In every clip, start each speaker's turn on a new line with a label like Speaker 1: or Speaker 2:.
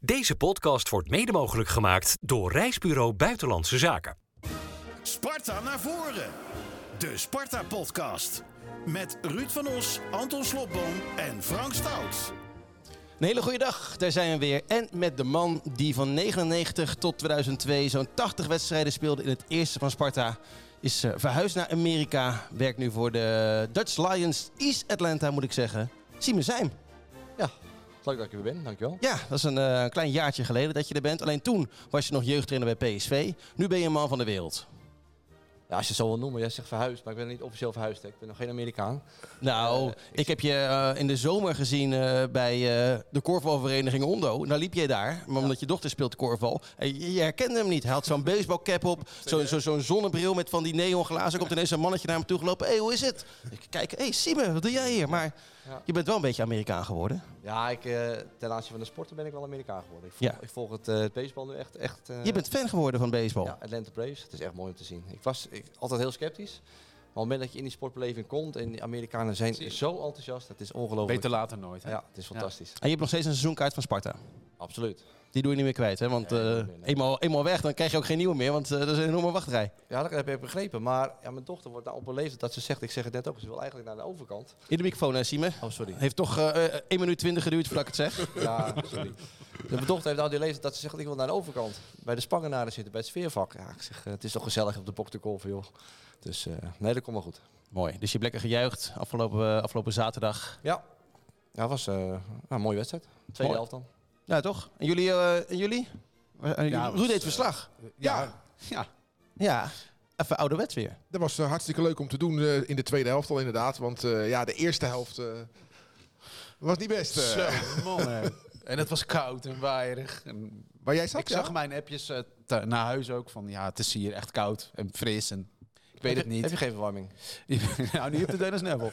Speaker 1: Deze podcast wordt mede mogelijk gemaakt door Reisbureau Buitenlandse Zaken.
Speaker 2: Sparta naar voren. De Sparta-podcast. Met Ruud van Os, Anton Slotboom en Frank Stout.
Speaker 3: Een hele goede dag, daar zijn we weer. En met de man die van 99 tot 2002 zo'n 80 wedstrijden speelde in het eerste van Sparta. Is eh, verhuisd naar Amerika. Werkt nu voor de Dutch Lions East Atlanta, moet ik zeggen. Simon Zijm.
Speaker 4: Ja, het is leuk dat ik er weer ben, dankjewel.
Speaker 3: Ja, dat is een eh, klein jaartje geleden dat je er bent. Alleen toen was je nog jeugdtrainer bij PSV. Nu ben je een man van de wereld.
Speaker 4: Ja, als je het zo wil noemen, jij zegt verhuisd, maar ik ben niet officieel verhuisd. hè. Ik ben nog geen Amerikaan.
Speaker 3: Nou, ik heb je eh, in de zomer gezien eh, bij eh, de korfbalvereniging Ondo. En daar liep je daar, maar omdat je dochter speelt korfbal. En je, je herkende hem niet. Hij had zo'n baseballcap op, zo'n zo, zo'n zonnebril met van die neonglazen. Komt ineens een mannetje naar hem toe gelopen. Hé, hey, hoe is het? Ik kijk, hé, hey, Simon, wat doe jij hier? Maar
Speaker 4: Ja.
Speaker 3: je bent wel een beetje Amerikaan geworden.
Speaker 4: Ja, ik, eh, ten aanzien van de sporten ben ik wel Amerikaan geworden. Ik volg,
Speaker 3: Ja.
Speaker 4: ik volg het, eh, het baseball nu echt. echt eh,
Speaker 3: Je bent fan geworden van baseball.
Speaker 4: Ja, Atlanta Braves. Het is echt mooi om te zien. Ik was ik, altijd heel sceptisch. Maar op het moment dat je in die sportbeleving komt en die Amerikanen zijn zo enthousiast, dat is ongelooflijk.
Speaker 5: Beter later nooit. Hè?
Speaker 4: Ja, het is fantastisch.
Speaker 3: En je hebt nog steeds een seizoenkaart van Sparta.
Speaker 4: Absoluut.
Speaker 3: Die doe je niet meer kwijt, hè? Want
Speaker 4: Nee,
Speaker 3: eh,
Speaker 4: nee, nee.
Speaker 3: Eenmaal, eenmaal weg, dan krijg je ook geen nieuwe meer. Want eh, dat is een enorme wachtrij.
Speaker 4: Ja, dat heb ik begrepen. Maar ja, mijn dochter wordt nou op een leeftijd dat ze zegt, ik zeg het net ook, ze wil eigenlijk naar de overkant.
Speaker 3: In de microfoon, hè, Simon.
Speaker 4: Oh, sorry.
Speaker 3: Heeft toch eh, eh, 1 minuut 20 geduurd voordat ik het zeg.
Speaker 4: Ja, sorry. De mijn dochter heeft nou die leeftijd dat ze zegt, ik wil naar de overkant. Bij de Spangenaren zitten, bij het sfeervak. Ja, ik zeg, eh, het is toch gezellig op de bok te kolven, joh. Dus eh, nee, dat komt wel goed.
Speaker 3: Mooi. Dus je hebt lekker gejuicht afgelopen, eh, afgelopen zaterdag.
Speaker 4: Ja, ja dat was eh, nou, een mooie wedstrijd. Tweede
Speaker 3: Mooi.
Speaker 4: helft dan.
Speaker 3: Ja, toch? En jullie? eh, en jullie? Eh, eh,
Speaker 6: Ja,
Speaker 3: Ruud
Speaker 6: was,
Speaker 3: deed
Speaker 6: eh,
Speaker 3: verslag.
Speaker 6: Ja,
Speaker 5: Ja.
Speaker 3: Ja. Even ouderwets weer.
Speaker 6: dat was eh, hartstikke leuk om te doen eh, in de tweede helft al inderdaad. Want eh, ja, de eerste helft eh, was niet best. eh,
Speaker 5: Zo, man. hè. En het was koud en waaierig. En
Speaker 6: waar jij zat,
Speaker 5: ik zag
Speaker 6: ja?
Speaker 5: mijn appjes eh, te- naar huis ook van ja, het is hier echt koud en fris en ik weet het
Speaker 4: Heb
Speaker 5: niet.
Speaker 4: je geen verwarming?
Speaker 5: nou, niet op de Dennis Neville.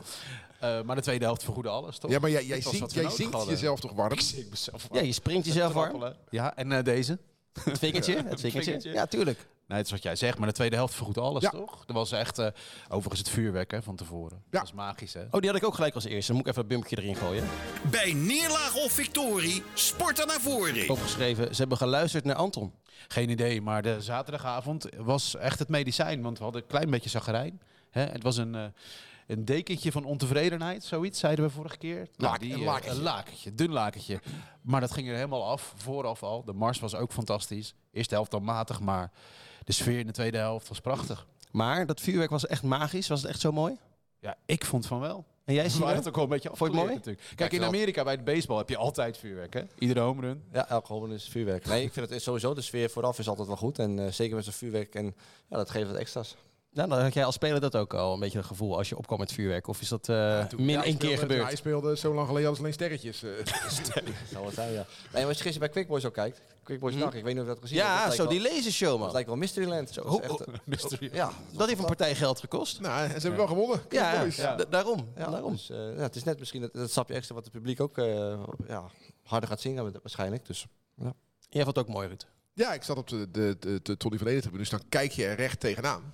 Speaker 5: Eh, maar de tweede helft vergoedde alles, toch?
Speaker 6: Ja, maar jij, jij
Speaker 5: Dat was wat
Speaker 6: zingt,
Speaker 5: we
Speaker 6: jij
Speaker 5: nodig
Speaker 6: zingt
Speaker 5: hadden.
Speaker 6: jezelf toch warm?
Speaker 5: Ik zie mezelf
Speaker 3: Ja, je springt jezelf warm.
Speaker 5: trappelen. Ja, en eh, deze?
Speaker 3: Het vingertje. Het vingertje.
Speaker 5: vingertje.
Speaker 3: Ja, tuurlijk.
Speaker 5: Nee, het is wat jij zegt, maar de tweede helft vergoedt alles,
Speaker 6: Ja.
Speaker 5: toch? Er was echt, eh, overigens het vuurwerk hè, van tevoren. Dat was magisch, hè?
Speaker 3: Oh, die had ik ook gelijk als eerste. Dan moet ik even dat bumpje erin gooien.
Speaker 2: Bij neerlaag of victorie, Sparta naar voren.
Speaker 3: Opgeschreven. Ze hebben geluisterd naar Anton.
Speaker 5: Geen idee, maar de zaterdagavond was echt het medicijn. Want we hadden een klein beetje zagrijn. Hè? Het was een, eh, een dekentje van ontevredenheid, zoiets zeiden we vorige keer. Nou, die, eh, Een lakentje, dun lakentje. Maar dat ging er helemaal af, vooraf al. De mars was ook fantastisch. Eerste helft dan matig, maar de sfeer in de tweede helft was prachtig.
Speaker 3: Maar dat vuurwerk was echt magisch. Was het echt zo mooi?
Speaker 5: Ja, ik vond van wel.
Speaker 3: En jij
Speaker 5: We waren
Speaker 3: ziet
Speaker 5: het ook wel een beetje
Speaker 3: Vond je het
Speaker 5: afgeleerd
Speaker 3: mooi?
Speaker 5: natuurlijk. Kijk, in Amerika bij het baseball heb je altijd vuurwerk, hè? Iedere home run.
Speaker 4: Ja, alcohol is vuurwerk. Nee, ik vind het sowieso, de sfeer vooraf is altijd wel goed. En eh, zeker met zo'n vuurwerk. En ja, dat geeft wat extra's.
Speaker 3: Nou, dan had jij als speler dat ook al een beetje het gevoel als je opkwam met vuurwerk. Of is dat eh, min één keer gebeurd?
Speaker 6: Hij speelde zo lang geleden als alleen sterretjes. eh.
Speaker 4: Zou het zijn, ja. Nee, maar als je gisteren bij Quick Boys ook kijkt. Quick Boys dag, ik weet niet of je dat gezien hebt.
Speaker 3: ja,
Speaker 4: Dat
Speaker 3: zo
Speaker 4: lijkt
Speaker 3: die
Speaker 4: wel-
Speaker 3: lasershow,
Speaker 4: Dat
Speaker 3: man.
Speaker 4: lijkt wel Mysteryland. Dat is
Speaker 3: Hoe-
Speaker 4: echt, eh,
Speaker 5: Mystery.
Speaker 4: ja,
Speaker 3: Dat heeft een partij geld gekost.
Speaker 6: nou, en ze hebben wel gewonnen.
Speaker 3: Ja,
Speaker 6: Boys.
Speaker 3: ja. da- daarom.
Speaker 4: Ja,
Speaker 3: daarom.
Speaker 4: Dus, eh, ja, het is net misschien dat, dat sapje extra wat het publiek ook eh, ja, harder gaat zingen met- waarschijnlijk. Dus
Speaker 3: Jij vond het ook mooi, Ruud.
Speaker 6: Ja, ik zat op de, de, de, de Tolly Verleden tribune, dus dan kijk je er recht tegenaan.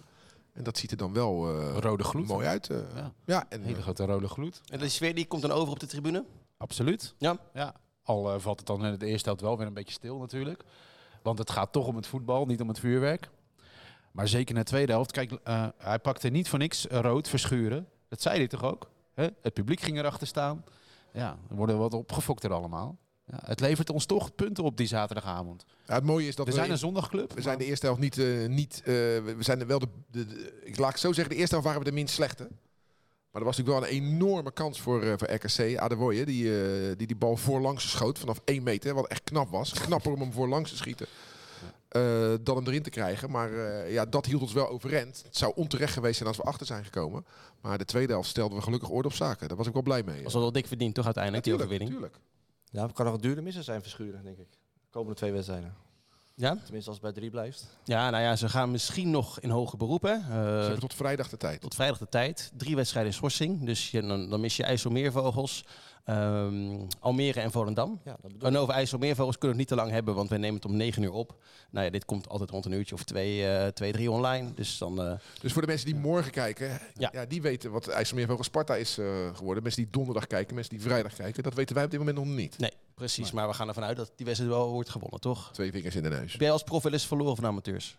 Speaker 6: En dat ziet er dan wel eh,
Speaker 5: Rode gloed.
Speaker 6: mooi uit. eh.
Speaker 5: Ja.
Speaker 6: ja. en
Speaker 5: Hele grote rode gloed.
Speaker 3: En de sfeer die komt dan over op de tribune?
Speaker 5: Absoluut.
Speaker 3: Ja.
Speaker 5: Ja, al eh, valt het dan in de eerste helft wel weer een beetje stil natuurlijk. Want het gaat toch om het voetbal, niet om het vuurwerk. Maar zeker in de tweede helft, kijk, eh, hij pakte niet voor niks eh, rood, verschuren. Dat zei hij toch ook? Hè? Het publiek ging erachter staan. Ja, we worden wat opgefokt er allemaal. Ja, het levert ons toch punten op die zaterdagavond.
Speaker 6: Ja, het mooie is dat
Speaker 5: We
Speaker 6: we,
Speaker 5: zijn een zondagclub.
Speaker 6: we zijn de eerste helft niet... eh, niet eh, we we zijn wel de, de, de- ik laat ik zo zeggen, de eerste helft waren we de minst slechte. Maar er was natuurlijk wel een enorme kans voor, eh, voor RKC. Adewoye, die, eh, die die bal voorlangs schoot vanaf één meter. Wat echt knap was. Knapper om hem voorlangs te schieten. eh, dan hem erin te krijgen. Maar eh, ja, dat hield ons wel overeind. Het zou onterecht geweest zijn als we achter zijn gekomen. Maar de tweede helft stelden we gelukkig orde op zaken. Daar was ik wel blij mee.
Speaker 3: Was al wel dik verdiend, toch uiteindelijk, die
Speaker 6: Tuurlijk,
Speaker 3: overwinning?
Speaker 6: tuurlijk.
Speaker 4: ja, het kan nog een dure misser zijn verschuren, denk ik. De komende twee wedstrijden.
Speaker 3: Ja?
Speaker 4: Tenminste, als het bij drie blijft.
Speaker 3: ja, nou ja, ze gaan misschien nog in hoger beroepen.
Speaker 6: Ze
Speaker 3: hè. Eh,
Speaker 6: hebben tot vrijdag de tijd.
Speaker 3: tot vrijdag de tijd. Drie wedstrijden in schorsing. Dus je, dan, dan mis je IJsselmeervogels. ehm, Almere en Volendam.
Speaker 4: Ja, dat bedoel ik.
Speaker 3: En over IJsselmeervogels kunnen we het niet te lang hebben, want we nemen het om 9 uur op. Nou ja, dit komt altijd rond een uurtje of twee, eh, twee drie online. Dus dan eh,
Speaker 6: Dus voor de mensen die morgen kijken, ja.
Speaker 3: Ja.
Speaker 6: die weten wat IJsselmeervogel Sparta is eh, geworden. Mensen die donderdag kijken, mensen die vrijdag kijken, dat weten wij op dit moment nog niet.
Speaker 3: Nee, precies. Maar we gaan ervan uit dat die wedstrijd wel wordt gewonnen, toch?
Speaker 6: Twee vingers in de neus.
Speaker 3: Heb jij als prof wel eens verloren van amateurs?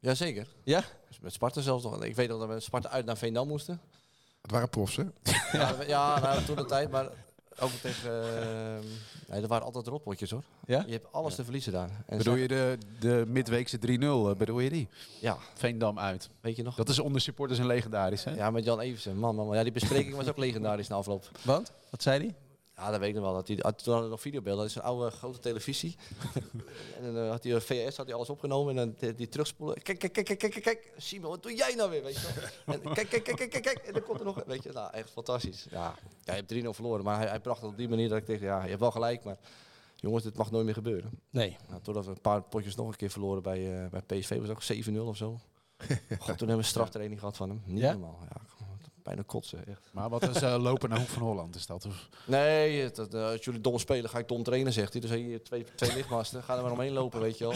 Speaker 4: Jazeker. Dus
Speaker 3: Ja?
Speaker 4: Met Sparta zelfs nog. Ik weet nog dat we met Sparta uit naar Veendam moesten.
Speaker 6: Het waren profs, hè?
Speaker 4: Ja, we- ja nou, toen de tijd, maar ook tegen... eh, nee, er waren altijd rotpotjes hoor.
Speaker 3: Ja?
Speaker 4: Je hebt alles te verliezen daar. En
Speaker 5: Bedoel
Speaker 4: zo-
Speaker 5: je de, de midweekse 3-0, eh, bedoel je die?
Speaker 4: Ja,
Speaker 5: Veendam uit.
Speaker 4: weet je nog?
Speaker 5: Dat is onder supporters een legendarisch, hè?
Speaker 4: Ja, met Jan Eversen. Man, man, man. Ja, die bespreking was ook legendarisch na afloop.
Speaker 3: Want? Wat zei hij?
Speaker 4: Ja, dat weet ik nog wel. Dat die, ah, toen hadden we nog videobeelden. Dat is een oude grote televisie. en dan eh, had hij een VS, had hij alles opgenomen. En dan die, die terugspoelen. Kijk, kijk, kijk, kijk, kijk, kijk. Simon, wat doe jij nou weer? Weet je wel? En kijk, kijk, kijk, kijk, kijk, kijk. En dan komt er nog, weet je. Nou, echt fantastisch. Ja, ja je hebt 3-0 verloren. Maar hij, hij bracht het op die manier dat ik tegen, ja, je hebt wel gelijk. Maar jongens, dit mag nooit meer gebeuren.
Speaker 3: Nee.
Speaker 4: Nou, totdat we een paar potjes nog een keer verloren bij, eh, bij PSV. was ook 7-0 of zo. God, toen hebben we een straftraining gehad van hem. Niet
Speaker 3: Ja?
Speaker 4: normaal. Ja, bijna kotsen, echt.
Speaker 5: Maar wat is eh, lopen naar Hoek van Holland, is dat? Of?
Speaker 4: Nee, het- het, eh, als jullie dom spelen, ga ik dom trainen, zegt hij. Dus hier twee, twee lichtmasten, ga er maar omheen lopen, weet je wel.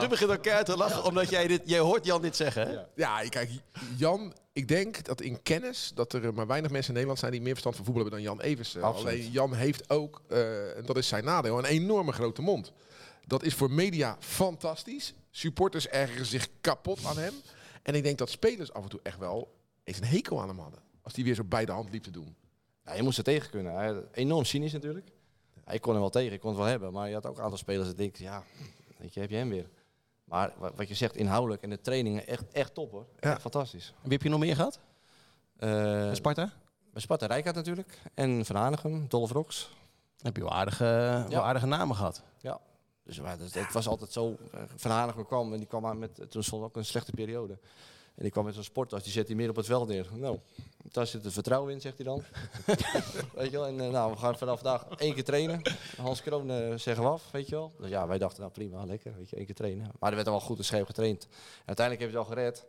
Speaker 3: Je begint elkaar te lachen omdat jij dit... Jij hoort Jan dit zeggen, hè?
Speaker 6: Ja, kijk, Jan, ik denk dat in kennis dat er maar weinig mensen in Nederland zijn die meer verstand van voetbal hebben dan Jan Eversen.
Speaker 4: Absoluut.
Speaker 6: Alleen Jan heeft ook, eh, en dat is zijn nadeel, een enorme grote mond. Dat is voor media fantastisch. Supporters ergeren zich kapot aan hem. En ik denk dat spelers af en toe echt wel eens een hekel aan hem hadden. Als die weer zo bij de hand liep te doen.
Speaker 4: Ja, je moest er tegen kunnen. Hij- enorm cynisch natuurlijk. Ja, ik kon hem wel tegen, ik kon het wel hebben. Maar je had ook een aantal spelers dat ik, ja, weet je, heb je hem weer. Maar wa- wat je zegt, inhoudelijk en de trainingen, echt, echt top hoor.
Speaker 6: Ja.
Speaker 4: Echt fantastisch.
Speaker 3: Wie heb je nog meer gehad?
Speaker 4: Eh
Speaker 3: Bij Sparta?
Speaker 4: bij Sparta Rijkaard natuurlijk. En Van Hanegem, Dolph Rox.
Speaker 3: Dan heb je wel aardige, wel aardige namen gehad.
Speaker 4: Dus maar dat- het was altijd zo. eh, Van Hanegem kwam en die kwam aan met. Toen stond ook een slechte periode. En die kwam met zo'n sporttas, die zet hij meer op het veld neer. Nou, daar zit het vertrouwen in, zegt hij dan. weet je wel, en eh, nou, we gaan vanaf vandaag één keer trainen. Hans Kroon eh, zeggen we af, weet je wel. Dus ja, wij dachten, nou prima, lekker, weet je, één keer trainen. Maar er werd al wel goed en scherp getraind. En uiteindelijk heeft hij het al gered.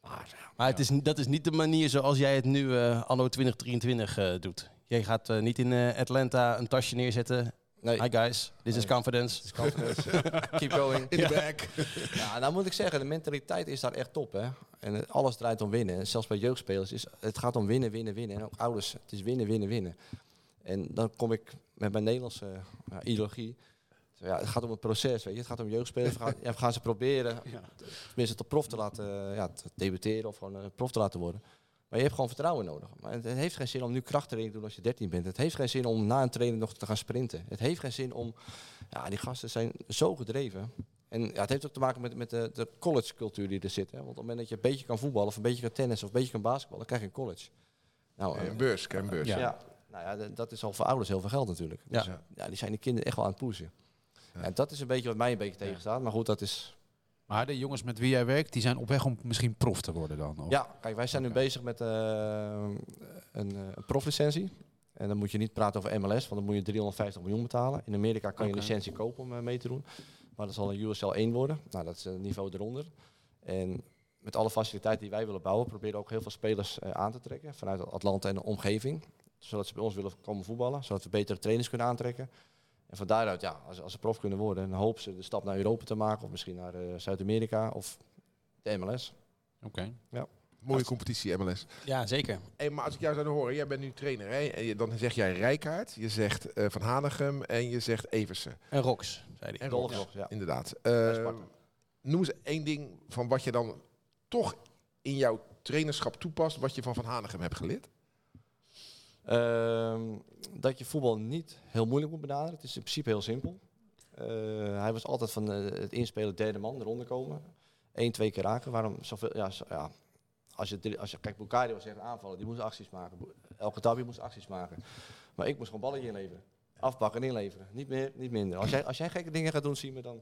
Speaker 4: Maar ja,
Speaker 3: Maar het is, dat is niet de manier zoals jij het nu eh, anno 2023 eh, doet. Jij gaat eh, niet in eh, Atlanta een tasje neerzetten.
Speaker 4: nee,
Speaker 3: Hi guys, this is
Speaker 4: Nee.
Speaker 3: confidence.
Speaker 4: it's confidence. keep going.
Speaker 6: In de back.
Speaker 4: Ja, nou moet ik zeggen, de mentaliteit is daar echt top, hè. En eh, alles draait om winnen. En zelfs bij jeugdspelers is het gaat om winnen, winnen, winnen. En ook ouders, het is winnen, winnen, winnen. En dan kom ik met mijn Nederlandse eh, ja, ideologie. Zo, Ja, het gaat om het proces, weet je. Het gaat om jeugdspelers. We gaan, ja, we gaan ze proberen, tenminste tot prof te laten eh, ja, te debuteren of gewoon eh, prof te laten worden. Maar je hebt gewoon vertrouwen nodig. Maar het, het heeft geen zin om nu krachttraining te doen als je 13 bent. Het heeft geen zin om na een training nog te gaan sprinten. Het heeft geen zin om... Ja, die gasten zijn zo gedreven. En ja, het heeft ook te maken met, met de, de collegecultuur die er zit. Hè? Want op het moment dat je een beetje kan voetballen, of een beetje kan tennissen, of een beetje kan basketballen, krijg je een college. Nou, eh,
Speaker 6: Een beurs, een beurs.
Speaker 5: Ja.
Speaker 4: ja. Nou ja, d- dat is al voor ouders heel veel geld natuurlijk. Dus,
Speaker 3: Ja.
Speaker 4: ja. die zijn de kinderen echt wel aan het pushen. Ja. En dat is een beetje wat mij een beetje tegenstaat. Maar goed, dat is...
Speaker 5: Maar de jongens met wie jij werkt, die zijn op weg om misschien prof te worden dan? of?
Speaker 4: Ja, kijk, wij zijn nu
Speaker 5: Oké.
Speaker 4: bezig met eh, een, eh, een proflicentie. En dan moet je niet praten over MLS, want dan moet je 350 miljoen betalen. In Amerika kan je
Speaker 5: Oké.
Speaker 4: een licentie kopen om eh, mee te doen. Maar dat zal een USL 1 worden. Nou, dat is een niveau eronder. En met alle faciliteiten die wij willen bouwen, proberen we ook heel veel spelers eh, aan te trekken vanuit Atlanta en de omgeving. Zodat ze bij ons willen komen voetballen, zodat we betere trainers kunnen aantrekken. En van daaruit, ja, als, als ze prof kunnen worden, dan hopen ze de stap naar Europa te maken, of misschien naar eh, Zuid-Amerika of de MLS.
Speaker 5: Oké.
Speaker 6: Mooie competitie, MLS.
Speaker 3: Ja, zeker.
Speaker 6: Hey, maar als ik jou zou horen, jij bent nu trainer. Hè? En je- Dan zeg jij Rijkaard, je zegt eh, Van Hanegem en je zegt Eversen.
Speaker 3: En Rox, zei hij.
Speaker 6: En
Speaker 4: Dolf
Speaker 6: Rox.
Speaker 4: nog, ja.
Speaker 6: Inderdaad.
Speaker 4: Bij
Speaker 6: Eh,
Speaker 4: Sparta.
Speaker 6: noem eens één ding van wat je dan toch in jouw trainerschap toepast, wat je van Van Hanegem hebt geleerd.
Speaker 4: Ehm, dat je voetbal niet heel moeilijk moet benaderen. Het is in principe heel simpel. Eh, hij was altijd van eh, het inspelen derde man, eronder komen. Eén, twee keer raken. Waarom zoveel... Ja, zo- ja. Als je, drie- als je, kijk, Bukari was echt een aanvaller. Die moest acties maken. Bo- Elke tabby moest acties maken. Maar ik moest gewoon balletje inleveren. Afpakken en inleveren. Niet meer, niet minder. Als jij, als jij gekke dingen gaat doen, zien we dan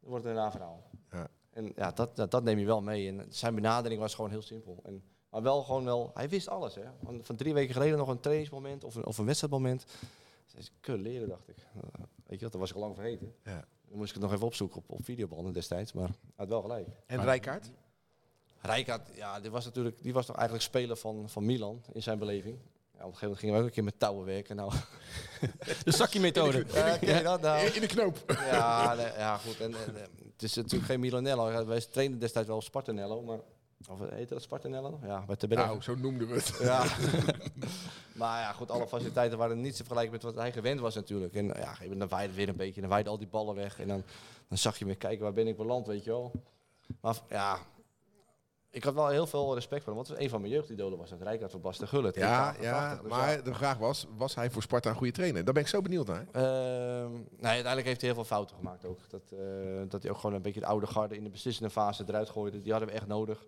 Speaker 4: wordt het een naverhaal.
Speaker 6: Ja.
Speaker 4: En ja, dat, dat, dat neem je wel mee. En zijn benadering was gewoon heel simpel. En maar wel gewoon wel, hij wist alles. Hè? Van, van drie weken geleden nog een trainingsmoment of een, of een wedstrijdmoment. Dat is kun leren, dacht ik. Eh, weet je wat, dat was ik al lang vergeten.
Speaker 6: Ja.
Speaker 4: Dan moest ik het nog even opzoeken op, op videobanden destijds, maar hij had wel gelijk.
Speaker 6: En Rijkaard?
Speaker 4: Rijkaard, ja, die was natuurlijk, die was toch eigenlijk speler van, van Milan in zijn beleving. Ja, Ja, op een gegeven moment gingen we ook een keer met touwen werken. Nou,
Speaker 3: De zakje-methode.
Speaker 4: ja, ken je dat nou?
Speaker 6: In de knoop.
Speaker 4: Ja, nee, ja goed. En, en, eh, het is natuurlijk geen Milanello. Ja, Wij trainen destijds wel Spartanello, maar... Of heette dat Spartanello? nog? Ja, bij Teberg.
Speaker 6: Nou, zo noemden we het.
Speaker 4: Ja. maar ja, goed, alle faciliteiten waren niet te vergelijken met wat hij gewend was natuurlijk. En ja, dan waaide het weer een beetje, dan waaide al die ballen weg. En dan, dan zag je weer kijken, waar ben ik beland, weet je wel. Maar v- ja, ik had wel heel veel respect voor hem. Want het was een van mijn jeugdidolen was dat Rijkaard van Basten Gullit.
Speaker 6: Ja,
Speaker 4: 88,
Speaker 6: ja,
Speaker 4: dus
Speaker 6: maar de vraag was, was hij voor Sparta een goede trainer? Daar ben ik zo benieuwd naar.
Speaker 4: Ehm, nou, ja, uiteindelijk heeft hij heel veel fouten gemaakt ook. Dat, eh, dat hij ook gewoon een beetje de oude garde in de beslissende fase eruit gooide. Die hadden we echt nodig.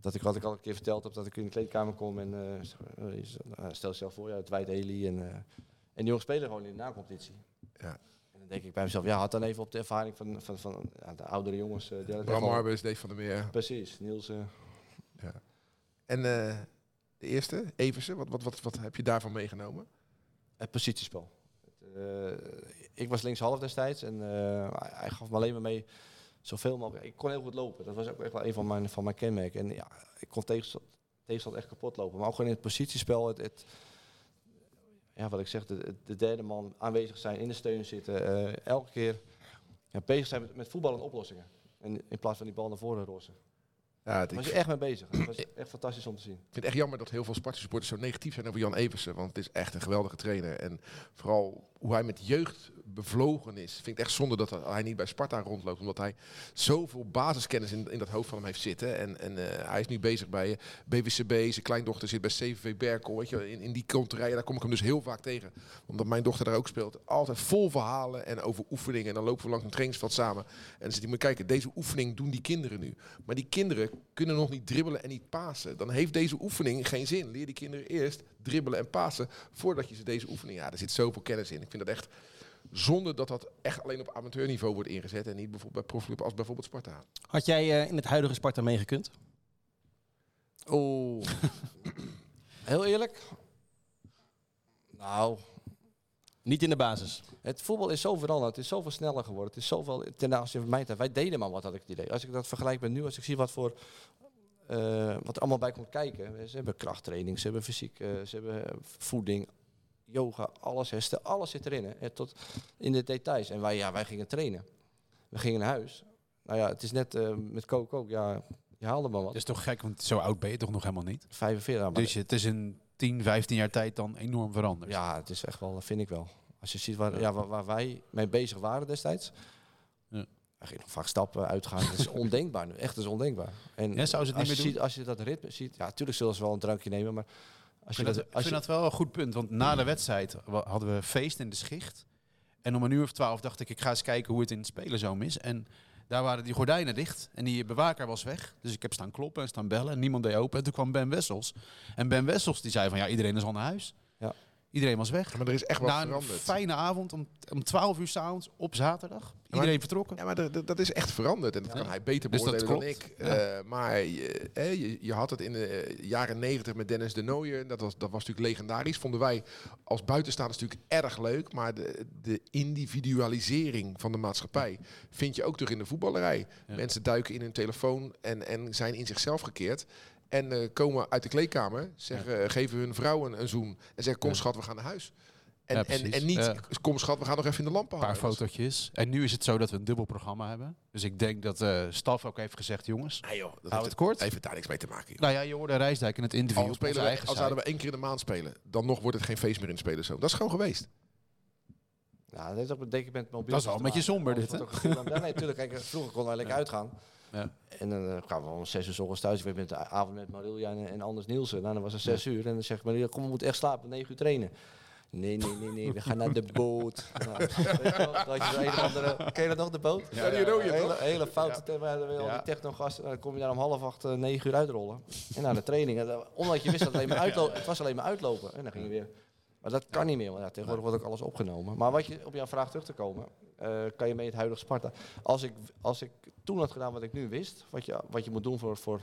Speaker 4: Dat ik wat ik al een keer verteld heb, dat ik in de kleedkamer kom en eh, zeg, eh, is- eh, stel jezelf voor, ja, het wijd Eli en, eh, en die jongens spelen gewoon in de nacompetitie.
Speaker 6: Ja.
Speaker 4: En dan denk ik bij mezelf, ja, had dan even op de ervaring van, van, van ja, de oudere jongens. eh, die hadden
Speaker 6: Bram
Speaker 4: het al-
Speaker 6: Arbers, Dave van der Meer.
Speaker 4: Precies, Niels. eh,
Speaker 6: En eh, de eerste, Eversen, wat, wat, wat, wat heb je daarvan meegenomen?
Speaker 4: Het positiespel. Het, eh, ik was linkshalf destijds en eh, hij- hij gaf me alleen maar mee zoveel mogelijk. Ik kon heel goed lopen. Dat was ook echt wel een van mijn, van mijn kenmerken. En ja, ik kon tegenstand, tegenstand echt kapot lopen. Maar ook gewoon in het positiespel. Het, het, ja, wat ik zeg, de, de derde man aanwezig zijn, in de steun zitten. eh, elke keer ja, bezig zijn met, met voetbal en oplossingen. En in plaats van die bal naar voren rossen.
Speaker 6: Ja, het-
Speaker 4: Daar
Speaker 6: ik
Speaker 4: was je echt mee bezig. Dat was echt fantastisch om te zien.
Speaker 6: vind het echt jammer dat heel veel Sparta supporters zo negatief zijn over Jan Eversen. Want het is echt een geweldige trainer. En vooral hoe hij met jeugd bevlogen is. Vind ik echt zonde dat hij niet bij Sparta rondloopt. Omdat hij zoveel basiskennis in, in dat hoofd van hem heeft zitten. En, en eh, hij is nu bezig bij eh, BWCB. Zijn kleindochter zit bij CVV Berkel. Weet je, wel, in, in die konterijen, daar kom ik hem dus heel vaak tegen. Omdat mijn dochter daar ook speelt. Altijd vol verhalen en over oefeningen. En dan lopen we langs een trainingsveld samen. En dan zit hij, moet je kijken, deze oefening doen die kinderen nu. Maar die kinderen kunnen nog niet dribbelen en niet pasen. Dan heeft deze oefening geen zin. Leer die kinderen eerst dribbelen en pasen voordat je ze deze oefening... Ja, daar zit zoveel kennis in. Ik vind dat echt zonde dat dat echt alleen op amateurniveau wordt ingezet. En niet bijvoorbeeld bij profclub als bijvoorbeeld Sparta.
Speaker 3: Had jij eh, in het huidige Sparta meegekund?
Speaker 4: Oh. Heel eerlijk. Nou,
Speaker 3: Niet in de basis.
Speaker 4: het voetbal is zo veranderd. Het is zoveel sneller geworden. Het is zoveel ten aanzien van mijn tijd. Wij deden maar wat, had ik het idee. Als ik dat vergelijk met nu, als ik zie wat voor... eh, wat er allemaal bij komt kijken. Ze hebben krachttraining, ze hebben fysiek, eh, ze hebben eh, voeding, yoga, alles herstel. Alles zit erin. Hè. Eh, Tot in de details. En wij, ja, wij gingen trainen. We gingen naar huis. Nou ja, het is net eh, met Coke ook. Ja, je haalde maar
Speaker 5: Dat
Speaker 4: wat.
Speaker 5: is toch gek, want zo oud ben je toch nog helemaal niet?
Speaker 4: 45 maar
Speaker 5: Dus het is in 10, 15 jaar tijd dan enorm veranderd.
Speaker 4: Ja, het is echt wel, vind ik wel. Als je ziet waar, ja, waar, waar wij mee bezig waren destijds.
Speaker 5: Ja.
Speaker 4: Hij ging nog vaak stappen, uitgaan. Dat is ondenkbaar nu. Echt, dat is ondenkbaar. En
Speaker 5: Ja, zou ze het
Speaker 4: als,
Speaker 5: niet
Speaker 4: je
Speaker 5: meer
Speaker 4: ziet, als je dat ritme ziet, ja, natuurlijk zullen ze wel een drankje nemen, maar als
Speaker 5: Ik
Speaker 4: je
Speaker 5: vind,
Speaker 4: dat...
Speaker 5: dat, ik
Speaker 4: als
Speaker 5: vind
Speaker 4: je,
Speaker 5: dat wel een goed punt. Want na de wedstrijd wa- hadden we een feest in de schicht. En om een uur of twaalf dacht ik, ik ga eens kijken hoe het in het spelenzoom is. En daar waren die gordijnen dicht. En die bewaker was weg. Dus ik heb staan kloppen en staan bellen. En niemand deed open. En toen kwam Ben Wessels. En Ben Wessels die zei van, ja, iedereen is al naar huis.
Speaker 4: Ja.
Speaker 5: Iedereen was weg.
Speaker 6: Maar er is echt wat
Speaker 5: Na Nou, een
Speaker 6: veranderd.
Speaker 5: fijne avond om, om 12 uur s'avonds op zaterdag. Iedereen vertrokken.
Speaker 6: Ja, maar dat- dat- dat is echt veranderd en dat kan hij beter
Speaker 5: Dus dat
Speaker 6: beoordelen dan ik.
Speaker 5: klopt. Ja.
Speaker 6: Eh, maar je, hè, je, je had het in de eh, jaren negentig met Dennis de Nooijer. Dat was, dat was natuurlijk legendarisch. Vonden wij als buitenstaanders natuurlijk erg leuk. Maar de, de individualisering van de maatschappij vind je ook terug in de voetballerij.
Speaker 5: Ja.
Speaker 6: Mensen duiken in hun telefoon en, en zijn in zichzelf gekeerd. En eh, komen uit de kleedkamer, zeggen, eh, geven hun vrouw een, een zoen. En zeggen, kom
Speaker 5: Ja.
Speaker 6: schat, we gaan naar huis. En,
Speaker 5: Ja,
Speaker 6: en,
Speaker 5: precies.
Speaker 6: en niet,
Speaker 5: Ja.
Speaker 6: kom schat, we gaan nog even in de lampen
Speaker 5: Een paar
Speaker 6: hangen. Dat is-
Speaker 5: fotootjes. En nu is het zo dat we een dubbel programma hebben. Dus ik denk dat eh Staf ook heeft gezegd, jongens.
Speaker 6: Ah joh, dat
Speaker 5: Hou
Speaker 6: heeft-
Speaker 5: het kort.
Speaker 6: heeft het daar niks mee te maken. joh.
Speaker 5: Nou ja, je hoorde Rijsdijk in het interview
Speaker 6: Al
Speaker 5: op onze
Speaker 6: spelen we,
Speaker 5: eigen
Speaker 6: als
Speaker 5: site.
Speaker 6: zouden we één keer in de maand spelen, dan nog wordt het geen feest meer in de spelerzoon. Dat is gewoon geweest.
Speaker 4: ja, Nou, dat heeft ook met- denk ik met mobiel. dus
Speaker 5: Dat is wel een beetje somber, dit, hè?
Speaker 4: Ja, nee, tuurlijk. Kijk, vroeger konden wij lekker uitgaan.
Speaker 5: Ja.
Speaker 4: En dan eh, kwamen we om zes uur 's ochtends thuis. Ik weet met de avond met Marilja en, en Anders Nielsen. Nou, dan was het zes uur. En dan zegt Marilja, kom, we moeten echt slapen. Negen uur trainen. Nee, nee, nee, nee. We gaan naar de boot. Nou, weet je wel, dat je zo'n een of andere, ken je dat nog, de boot?
Speaker 6: Ja, die rode,
Speaker 4: hele,
Speaker 6: toch?
Speaker 4: hele foute term. ja, dan wil je Al
Speaker 5: Ja.
Speaker 4: die technogasten. Nou, Dan kom je daar om half acht, eh, negen uur uitrollen. En naar de training. En dan- Omdat je wist dat het alleen maar uitlopen. Het was alleen maar uitlopen. En dan ging je weer... Maar dat kan niet meer, want ja, tegenwoordig wordt ook alles opgenomen. Maar wat je, op jouw vraag terug te komen, eh, kan je mee het huidige Sparta. Als ik, als ik toen had gedaan wat ik nu wist, wat je, wat je moet doen voor, voor,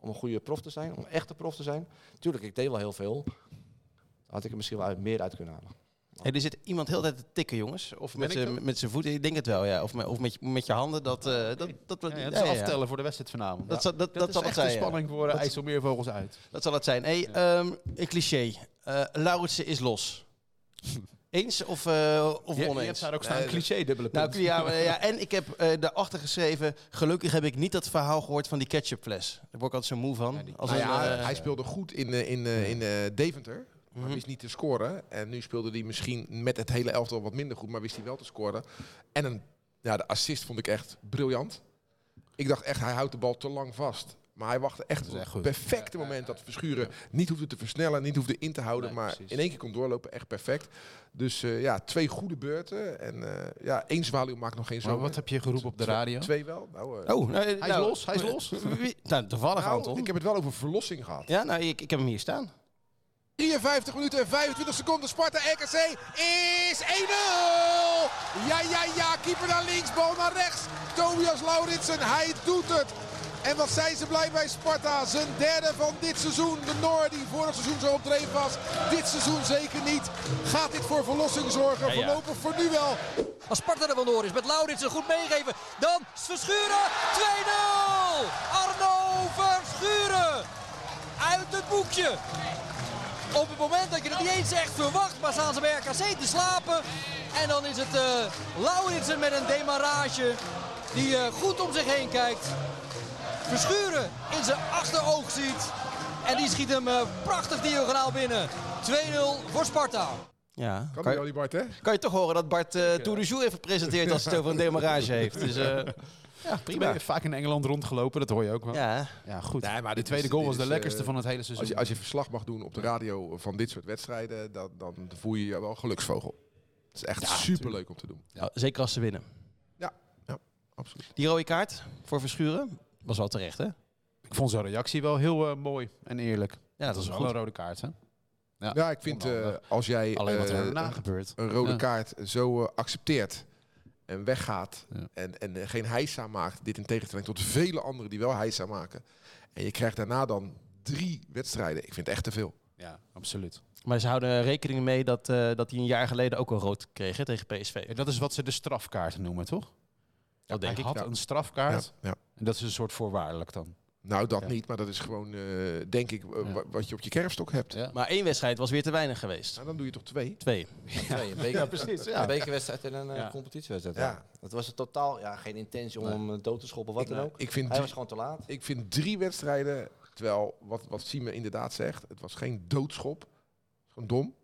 Speaker 4: om een goede prof te zijn, om een echte prof te zijn. Tuurlijk, ik deed wel heel veel. Had ik er misschien wel uit, meer uit kunnen halen.
Speaker 3: Hey, er zit iemand heel de tijd te tikken, jongens. Of met
Speaker 6: ik dat?
Speaker 3: z'n- met zijn voeten, ik denk het wel, ja. Of, met- of met, je- met je handen, dat... eh, dat, dat,
Speaker 5: Ja, ja, dat
Speaker 3: ja,
Speaker 5: is
Speaker 3: ja, ja.
Speaker 5: aftellen voor de wedstrijd vanavond.
Speaker 3: Dat, zal- dat, dat,
Speaker 5: is
Speaker 3: zal het
Speaker 5: echt de
Speaker 3: zijn, ja.
Speaker 5: spanning voor de
Speaker 3: Dat-
Speaker 5: IJsselmeervogels uit.
Speaker 3: Dat zal het zijn. Hey, ehm, een cliché. eh Lauritsen is los. Eens of, eh, of
Speaker 5: Je, je hebt
Speaker 3: oneens?
Speaker 5: daar ook staan,
Speaker 6: Nee,
Speaker 5: cliché dubbele punt.
Speaker 3: Nou, ja, maar, ja, en ik heb eh daarachter geschreven... gelukkig heb ik niet dat verhaal gehoord van die ketchupfles. Daar word ik altijd zo moe van. als
Speaker 6: Nou
Speaker 3: een,
Speaker 6: ja,
Speaker 3: eh,
Speaker 6: hij speelde goed in, eh, in, eh, in eh, Deventer. Maar
Speaker 5: Mhm.
Speaker 6: wist niet te scoren. En nu speelde hij misschien met het hele elftal wat minder goed. Maar wist hij wel te scoren. En een, ja, de assist vond ik echt briljant. Ik dacht echt, hij houdt de bal te lang vast. Maar hij wachtte echt op
Speaker 5: is echt
Speaker 6: het
Speaker 5: goed.
Speaker 6: perfecte moment dat Verschuren niet hoefde te versnellen, niet hoefde in te houden,
Speaker 5: Nee,
Speaker 6: maar
Speaker 5: precies.
Speaker 6: in één keer kon doorlopen. Echt perfect. Dus eh, ja, twee goede beurten. En eh, ja, één zwaluw maakt nog geen
Speaker 5: Maar
Speaker 6: zomer.
Speaker 5: wat heb je geroepen op de radio?
Speaker 6: Twee wel. Nou, eh,
Speaker 3: Oh, nou,
Speaker 5: Hij is los, hij is los.
Speaker 3: Wie- nou, toevallig
Speaker 6: nou,
Speaker 3: Anton.
Speaker 6: ik heb het wel over verlossing gehad.
Speaker 3: Ja, nou, ik, ik heb hem hier staan.
Speaker 6: 53 minuten en 25 seconden. Sparta RKC is 1-0. Ja, ja, ja. Keeper naar links, bal naar rechts. Tobias Lauritsen, hij doet het. En wat zijn ze blij bij Sparta. Zijn derde van dit seizoen. De Noor die vorig seizoen zo op dreef was. Dit seizoen zeker niet. Gaat dit voor verlossing zorgen?
Speaker 7: ja.
Speaker 6: Voorlopig voor nu wel.
Speaker 7: Als Sparta er vandoor is, met Lauritsen goed meegeven. Dan Verschuren, 2-0! Arno Verschuren! Uit het boekje! Op het moment dat je het niet eens echt verwacht, maar staan ze bij RKC te slapen. En dan is het eh Lauritsen met een demarrage die eh, goed om zich heen kijkt. Verschuren in zijn achteroog ziet. En die schiet hem eh, prachtig diagonaal binnen. 2-0 voor Sparta.
Speaker 3: Ja. Kan,
Speaker 6: Kan
Speaker 3: je,
Speaker 6: die Bart, hè?
Speaker 3: kan je toch horen dat Bart eh Tour de Jour even presenteert als het over een demarrage heeft. Dus eh, ja,
Speaker 5: Ben
Speaker 3: prima.
Speaker 5: je vaak in Engeland rondgelopen, dat hoor je ook wel. Ja,
Speaker 3: Ja,
Speaker 5: goed.
Speaker 6: Nee, maar
Speaker 5: de
Speaker 6: dit
Speaker 5: tweede
Speaker 6: is-
Speaker 5: goal
Speaker 6: dit
Speaker 5: was de
Speaker 6: is,
Speaker 5: lekkerste
Speaker 6: eh,
Speaker 5: van het hele seizoen.
Speaker 6: Als je, als je verslag mag doen op de radio van dit soort wedstrijden, dan, dan voel je je wel geluksvogel. Het is echt superleuk om te doen.
Speaker 3: Nou, zeker als ze winnen.
Speaker 6: Ja, ja absoluut.
Speaker 3: Die rode kaart voor Verschuren was wel terecht, hè?
Speaker 5: Ik vond zijn reactie wel heel eh, mooi en eerlijk.
Speaker 3: Ja, dat
Speaker 5: Dat
Speaker 3: is
Speaker 5: is wel
Speaker 3: goed.
Speaker 5: een rode kaart, hè?
Speaker 6: Ja, ik vind eh,
Speaker 5: onhandig.
Speaker 6: als jij
Speaker 5: Alleen wat
Speaker 6: eh,
Speaker 5: er daarna
Speaker 6: een-
Speaker 5: gebeurt.
Speaker 6: een rode
Speaker 5: Ja.
Speaker 6: kaart zo eh, accepteert en weggaat
Speaker 5: Ja.
Speaker 6: en, en eh, geen heisa maakt, dit in tegenstelling tot vele anderen die wel heisa maken. En je krijgt daarna dan drie wedstrijden. Ik vind het echt te veel.
Speaker 5: Ja, absoluut.
Speaker 3: Maar ze houden rekening mee dat, eh, dat hij een jaar geleden ook al rood kreeg hè, tegen PSV.
Speaker 5: Ja, dat is wat ze de strafkaart noemen, toch?
Speaker 3: Dat denk
Speaker 5: Hij
Speaker 3: ik.
Speaker 5: had
Speaker 6: ja.
Speaker 5: een strafkaart
Speaker 6: Ja, ja.
Speaker 5: en dat is een soort voorwaardelijk dan.
Speaker 6: Nou, dat
Speaker 5: Ja.
Speaker 6: niet, maar dat is gewoon, eh, denk ik, eh,
Speaker 5: Ja.
Speaker 6: wa- wat je op je kerfstok hebt.
Speaker 5: Ja.
Speaker 3: Maar één wedstrijd was weer te weinig geweest.
Speaker 6: Nou, dan doe je toch twee.
Speaker 3: Twee.
Speaker 4: Twee, een beker-
Speaker 5: precies.
Speaker 4: Een bekerwedstrijd en een eh,
Speaker 5: Ja.
Speaker 4: competitiewedstrijd.
Speaker 6: Ja.
Speaker 4: Ja. Dat was een totaal ja, geen intentie om
Speaker 5: Nee.
Speaker 4: hem eh, dood te schoppen, wat
Speaker 6: Ik- nou,
Speaker 4: dan ook.
Speaker 6: Ik vind,
Speaker 4: Hij
Speaker 6: drie,
Speaker 4: was gewoon te laat.
Speaker 6: ik vind drie wedstrijden, terwijl wat, wat Siemen inderdaad zegt, het was geen doodschop. Gewoon dom.